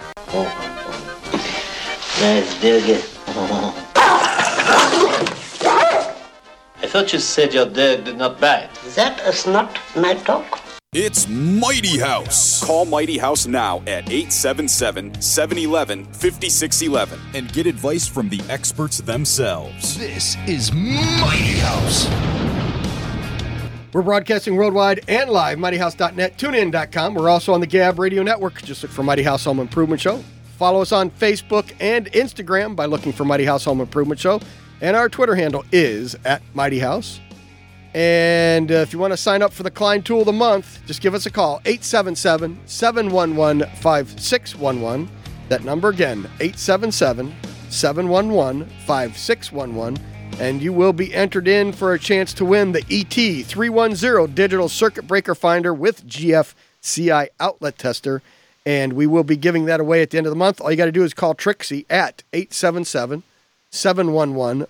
[SPEAKER 10] Nice dog. I thought you said your dog did not bite.
[SPEAKER 11] That is not my dog.
[SPEAKER 9] It's Mighty House. Call Mighty House now at 877 711 5611 and get advice from the experts themselves.
[SPEAKER 5] This is Mighty House.
[SPEAKER 1] We're broadcasting worldwide and live, mightyhouse.net, tunein.com. We're also on the Gab Radio Network. Just look for Mighty House Home Improvement Show. Follow us on Facebook and Instagram by looking for Mighty House Home Improvement Show. And our Twitter handle is at Mighty House. And uh, if you want to sign up for the Klein Tool of the Month, just give us a call, 877 711 5611. That number again, 877 711 5611. And you will be entered in for a chance to win the E ET 310 digital circuit breaker finder with GFCI outlet tester. And we will be giving that away at the end of the month. All you got to do is call Trixie at 877 711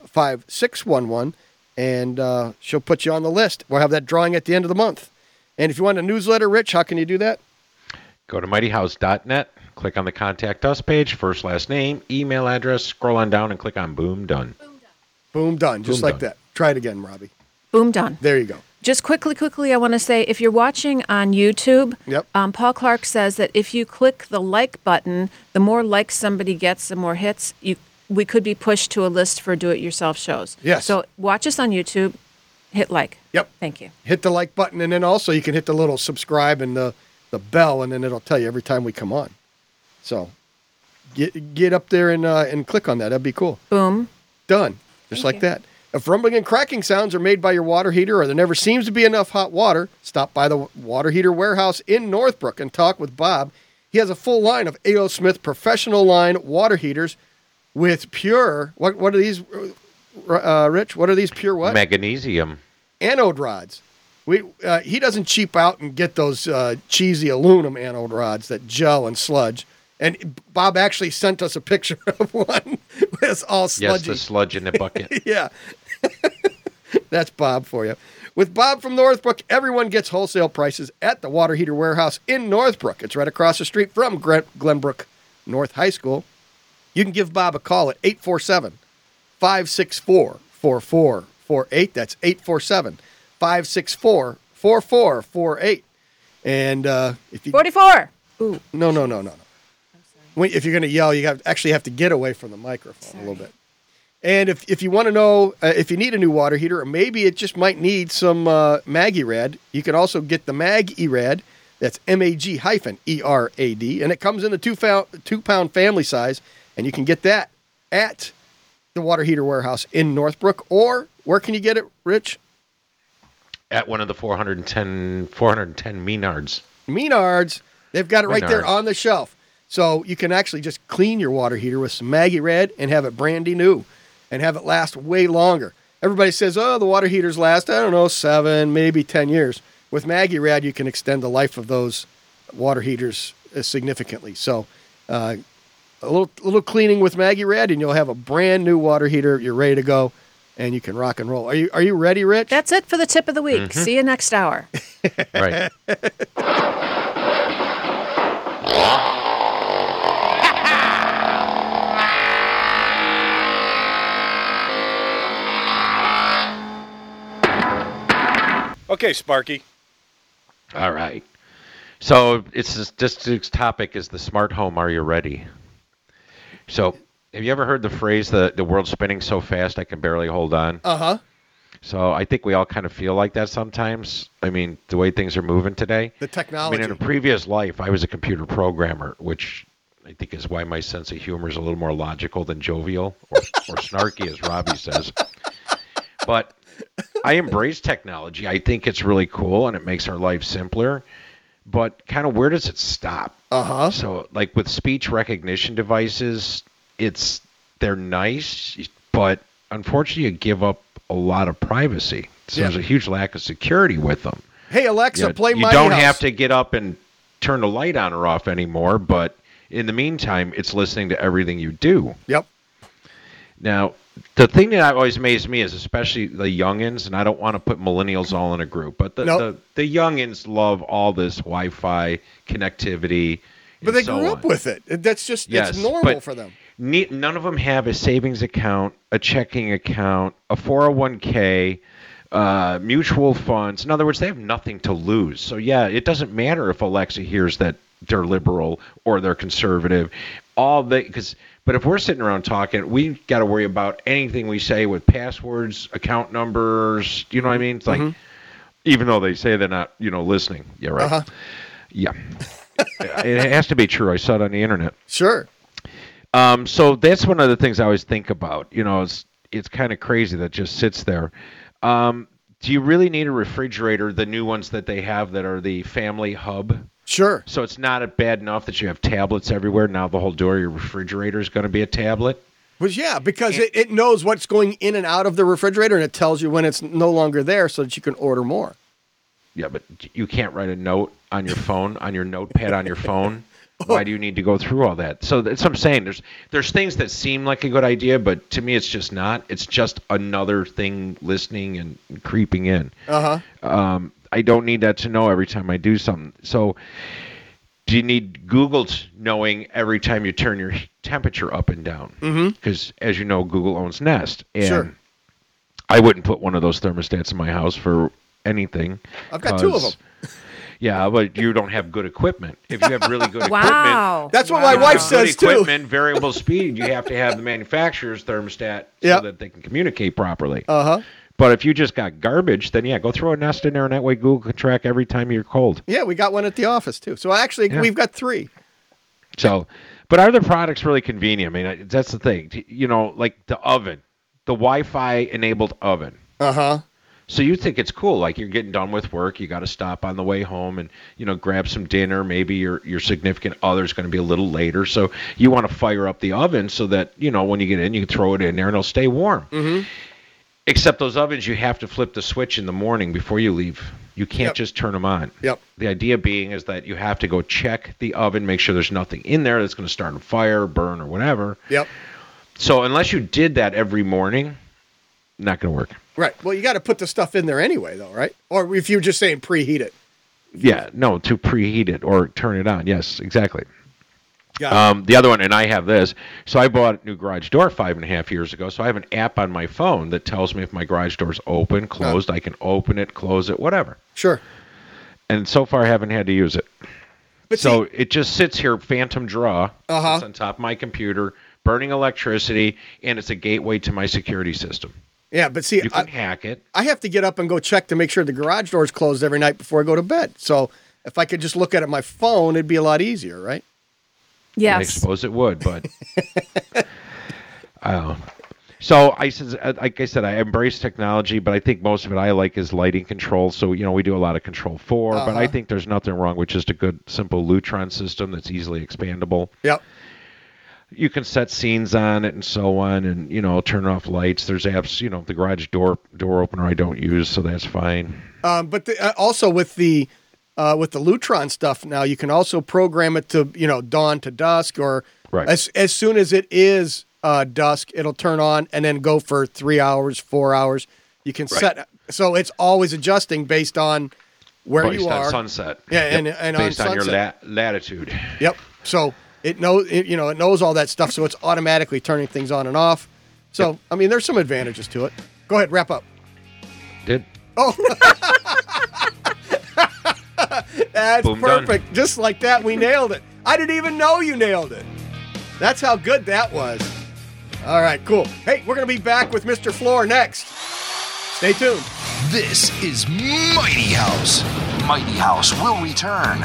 [SPEAKER 1] 5611 and uh, she'll put you on the list. We'll have that drawing at the end of the month. And if you want a newsletter, Rich, how can you do that?
[SPEAKER 2] Go to mightyhouse.net, click on the contact us page, first last name, email address, scroll on down and click on boom done.
[SPEAKER 1] Boom, done, just
[SPEAKER 2] Boom,
[SPEAKER 1] like
[SPEAKER 2] done.
[SPEAKER 1] that. Try it again, Robbie.
[SPEAKER 3] Boom done.
[SPEAKER 1] There you go.
[SPEAKER 3] Just quickly, quickly, I want to say if you're watching on YouTube,
[SPEAKER 1] Yep.
[SPEAKER 3] um, Paul Clark says that if you click the like button, the more likes somebody gets, the more hits you. We could be pushed to a list for do-it-yourself shows.
[SPEAKER 1] Yes.
[SPEAKER 3] So watch us on YouTube, hit like.
[SPEAKER 1] Yep.
[SPEAKER 3] Thank you.
[SPEAKER 1] Hit the like button, and then also you can hit the little subscribe and the, the bell, and then it'll tell you every time we come on. So get get up there and uh, and click on that. That'd be cool.
[SPEAKER 3] Boom.
[SPEAKER 1] Done. Just like that. If rumbling and cracking sounds are made by your water heater or there never seems to be enough hot water, stop by the Water Heater Warehouse in Northbrook and talk with Bob. He has a full line of A.O. Smith professional line water heaters with pure, what, what are these, uh, Rich? What are these pure what?
[SPEAKER 2] Magnesium.
[SPEAKER 1] anode rods. We, uh, he doesn't cheap out and get those uh, cheesy aluminum anode rods that gel and sludge. And Bob actually sent us a picture of one that's all
[SPEAKER 2] Yes,
[SPEAKER 1] sludgy.
[SPEAKER 2] the sludge in the bucket.
[SPEAKER 1] Yeah. That's Bob for you. With Bob from Northbrook, everyone gets wholesale prices at the Water Heater Warehouse in Northbrook. It's right across the street from Glen- Glenbrook North High School. You can give Bob a call at 847 564 4448. That's 847 564 4448. And uh, if you.
[SPEAKER 3] Forty-four.
[SPEAKER 1] No, no, no, no, no. When, if you're going to yell, you have, actually have to get away from the microphone a little bit. And if, if you want to know uh, if you need a new water heater, or maybe it just might need some uh, Mag Erad, you can also get the Mag Erad. That's M A G hyphen E R A D. And it comes in the two, fou- two pound family size. And you can get that at the Water Heater Warehouse in Northbrook. Or where can you get it, Rich?
[SPEAKER 2] At one of the 410, 410 Menards.
[SPEAKER 1] Menards. They've got it right there
[SPEAKER 2] Menards.
[SPEAKER 1] on the shelf. So you can actually just clean your water heater with some Maggie Red and have it brandy new and have it last way longer. Everybody says, oh, the water heaters last, I don't know, seven, maybe 10 years. With Maggie Rad, you can extend the life of those water heaters uh, significantly. So uh, a little, little cleaning with Maggie Rad, and you'll have a brand new water heater. You're ready to go, and you can rock and roll. Are you, are you ready, Rich?
[SPEAKER 3] That's it for the tip of the week.
[SPEAKER 1] Mm-hmm.
[SPEAKER 3] See you next hour.
[SPEAKER 2] Right.
[SPEAKER 12] Okay, Sparky.
[SPEAKER 2] All right. So it's this, this week's topic is the smart home. Are you ready? So have you ever heard the phrase the the world's spinning so fast I can barely hold on?
[SPEAKER 1] Uh huh.
[SPEAKER 2] So I think we all kind of feel like that sometimes. I mean, the way things are moving today.
[SPEAKER 1] The
[SPEAKER 2] I
[SPEAKER 1] technology.
[SPEAKER 2] mean, in a previous life, I was a computer programmer, which I think is why my sense of humor is a little more logical than jovial or, or snarky, as Robbie says. But I embrace technology. I think it's really cool and it makes our life simpler. But kind of where does it stop?
[SPEAKER 1] Uh huh.
[SPEAKER 2] So, like with speech recognition devices, it's they're nice, but unfortunately, you give up a lot of privacy. So
[SPEAKER 1] Yeah.
[SPEAKER 2] there's a huge lack of security with them.
[SPEAKER 1] Hey, Alexa,
[SPEAKER 2] You-
[SPEAKER 1] play
[SPEAKER 2] you
[SPEAKER 1] my
[SPEAKER 2] don't
[SPEAKER 1] house.
[SPEAKER 2] have to get up and turn the light on or off anymore, but in the meantime, it's listening to everything you do.
[SPEAKER 1] Yep.
[SPEAKER 2] Now, the thing that always amazed me is especially the youngins, and I don't want to put millennials all in a group, but the,
[SPEAKER 1] Nope.
[SPEAKER 2] the, the youngins love all this Wi Fi connectivity.
[SPEAKER 1] But
[SPEAKER 2] and
[SPEAKER 1] they
[SPEAKER 2] so
[SPEAKER 1] grew
[SPEAKER 2] on.
[SPEAKER 1] up with it. That's just
[SPEAKER 2] Yes,
[SPEAKER 1] it's normal
[SPEAKER 2] but-
[SPEAKER 1] for them.
[SPEAKER 2] Ne- none of them have a savings account, a checking account, a 401k, uh, mutual funds. In other words, they have nothing to lose. So, yeah, it doesn't matter if Alexa hears that they're liberal or they're conservative. All they, because, but if we're sitting around talking, we got to worry about anything we say with passwords, account numbers. You know what I mean? It's like, even though they say they're not, you know, listening. Yeah, right.
[SPEAKER 1] Mm-hmm. Uh-huh.
[SPEAKER 2] Yeah. it has to be true. I saw it on the internet.
[SPEAKER 1] Sure.
[SPEAKER 2] Um, so that's one of the things I always think about. You know, it's it's kind of crazy that just sits there. Um, do you really need a refrigerator? The new ones that they have that are the family hub.
[SPEAKER 1] Sure.
[SPEAKER 2] So it's not bad enough that you have tablets everywhere. Now the whole door of your refrigerator is going to be a tablet.
[SPEAKER 1] But yeah, because it, it knows what's going in and out of the refrigerator and it tells you when it's no longer there so that you can order more.
[SPEAKER 2] Yeah, but you can't write a note on your phone, on your notepad on your phone. Why do you need to go through all that? So that's what I'm saying. There's there's things that seem like a good idea, but to me it's just not. It's just another thing listening and creeping in.
[SPEAKER 1] Uh huh.
[SPEAKER 2] Um, I don't need that to know every time I do something. So, do you need Google t- knowing every time you turn your temperature up and down?
[SPEAKER 1] Mm-hmm.
[SPEAKER 2] Because, as you know, Google owns Nest. And
[SPEAKER 1] Sure.
[SPEAKER 2] I wouldn't put one of those thermostats in my house for anything.
[SPEAKER 1] I've got two of
[SPEAKER 2] 'cause- Yeah, but you don't have good equipment. If you have really good
[SPEAKER 3] Wow.
[SPEAKER 2] equipment,
[SPEAKER 1] That's what my
[SPEAKER 2] if you
[SPEAKER 1] wife
[SPEAKER 2] have good
[SPEAKER 1] says too.
[SPEAKER 2] equipment, variable speed, you have to have the manufacturer's thermostat
[SPEAKER 1] Yep.
[SPEAKER 2] so that they can communicate properly.
[SPEAKER 1] Uh huh.
[SPEAKER 2] But if you just got garbage, then yeah, go throw a nest in there, and that way Google can track every time you're cold.
[SPEAKER 1] Yeah, we got one at the office too. So actually,
[SPEAKER 2] Yeah.
[SPEAKER 1] we've got three.
[SPEAKER 2] So, but are the products really convenient? I mean, I- that's the thing. T- You know, like the oven, the Wi-Fi enabled oven.
[SPEAKER 1] Uh huh.
[SPEAKER 2] So you think it's cool, like you're getting done with work, you got to stop on the way home and you know grab some dinner. Maybe your your significant other's going to be a little later, so you want to fire up the oven so that you know when you get in, you can throw it in there and it'll stay warm.
[SPEAKER 1] Mm-hmm.
[SPEAKER 2] Except those ovens, you have to flip the switch in the morning before you leave. You can't
[SPEAKER 1] Yep.
[SPEAKER 2] just turn them on.
[SPEAKER 1] Yep.
[SPEAKER 2] The idea being is that you have to go check the oven, make sure there's nothing in there that's going to start a fire, burn, or whatever.
[SPEAKER 1] Yep.
[SPEAKER 2] So unless you did that every morning, not going to work.
[SPEAKER 1] Right. Well, you got to put the stuff in there anyway, though, right? Or if you're just saying preheat it.
[SPEAKER 2] Yeah, no, to preheat it or turn it on. Yes, exactly.
[SPEAKER 1] Got it.
[SPEAKER 2] Um, the other one, and I have this. So I bought a new garage door five and a half years ago. So I have an app on my phone that tells me if my garage door's open, closed. I can open it, close it, whatever.
[SPEAKER 1] Sure.
[SPEAKER 2] And so far, I haven't had to use it.
[SPEAKER 1] But
[SPEAKER 2] so it just sits here, phantom draw,
[SPEAKER 1] Uh-huh.
[SPEAKER 2] sits on top of my computer, burning electricity, and it's a gateway to my security system.
[SPEAKER 1] Yeah, but see,
[SPEAKER 2] You can
[SPEAKER 1] I,
[SPEAKER 2] hack it.
[SPEAKER 1] I have to get up and go check to make sure the garage door's closed every night before I go to bed. So if I could just look at it on my phone, it'd be a lot easier, right?
[SPEAKER 2] I suppose it would, but uh, so I says, uh, like I said, I embrace technology, but I think most of it I like is lighting control. So you know, we do a lot of control 4 but I
[SPEAKER 1] Uh-huh.
[SPEAKER 2] think there's nothing wrong with just a good simple Lutron system that's easily expandable.
[SPEAKER 1] Yep.
[SPEAKER 2] You can set scenes on it and so on, and you know, turn off lights. There's apps, you know, the garage door door opener I don't use, so that's fine.
[SPEAKER 1] Um, but the, uh, also with the uh, with the Lutron stuff now, you can also program it to you know dawn to dusk, or
[SPEAKER 2] Right.
[SPEAKER 1] as as soon as it is uh, dusk, it'll turn on and then go for three hours, four hours. You can
[SPEAKER 2] Right.
[SPEAKER 1] set so it's always adjusting based on where
[SPEAKER 2] Based
[SPEAKER 1] you
[SPEAKER 2] on
[SPEAKER 1] are.
[SPEAKER 2] sunset.
[SPEAKER 1] Yeah,
[SPEAKER 2] Yep.
[SPEAKER 1] and- and on
[SPEAKER 2] based on, your la-
[SPEAKER 1] sunset.
[SPEAKER 2] latitude.
[SPEAKER 1] Yep. So it knows it, you know it knows all that stuff, so it's automatically turning things on and off. So I mean, there's some advantages to it. Go ahead, wrap up.
[SPEAKER 2] Did
[SPEAKER 1] Oh. That's
[SPEAKER 2] Boom, done.
[SPEAKER 1] perfect. Just like that, we nailed it. I didn't even know you nailed it. That's how good that was. All right, cool. Hey, we're going to be back with Mr. Floor next. Stay tuned.
[SPEAKER 5] This is Mighty House. Mighty House will return.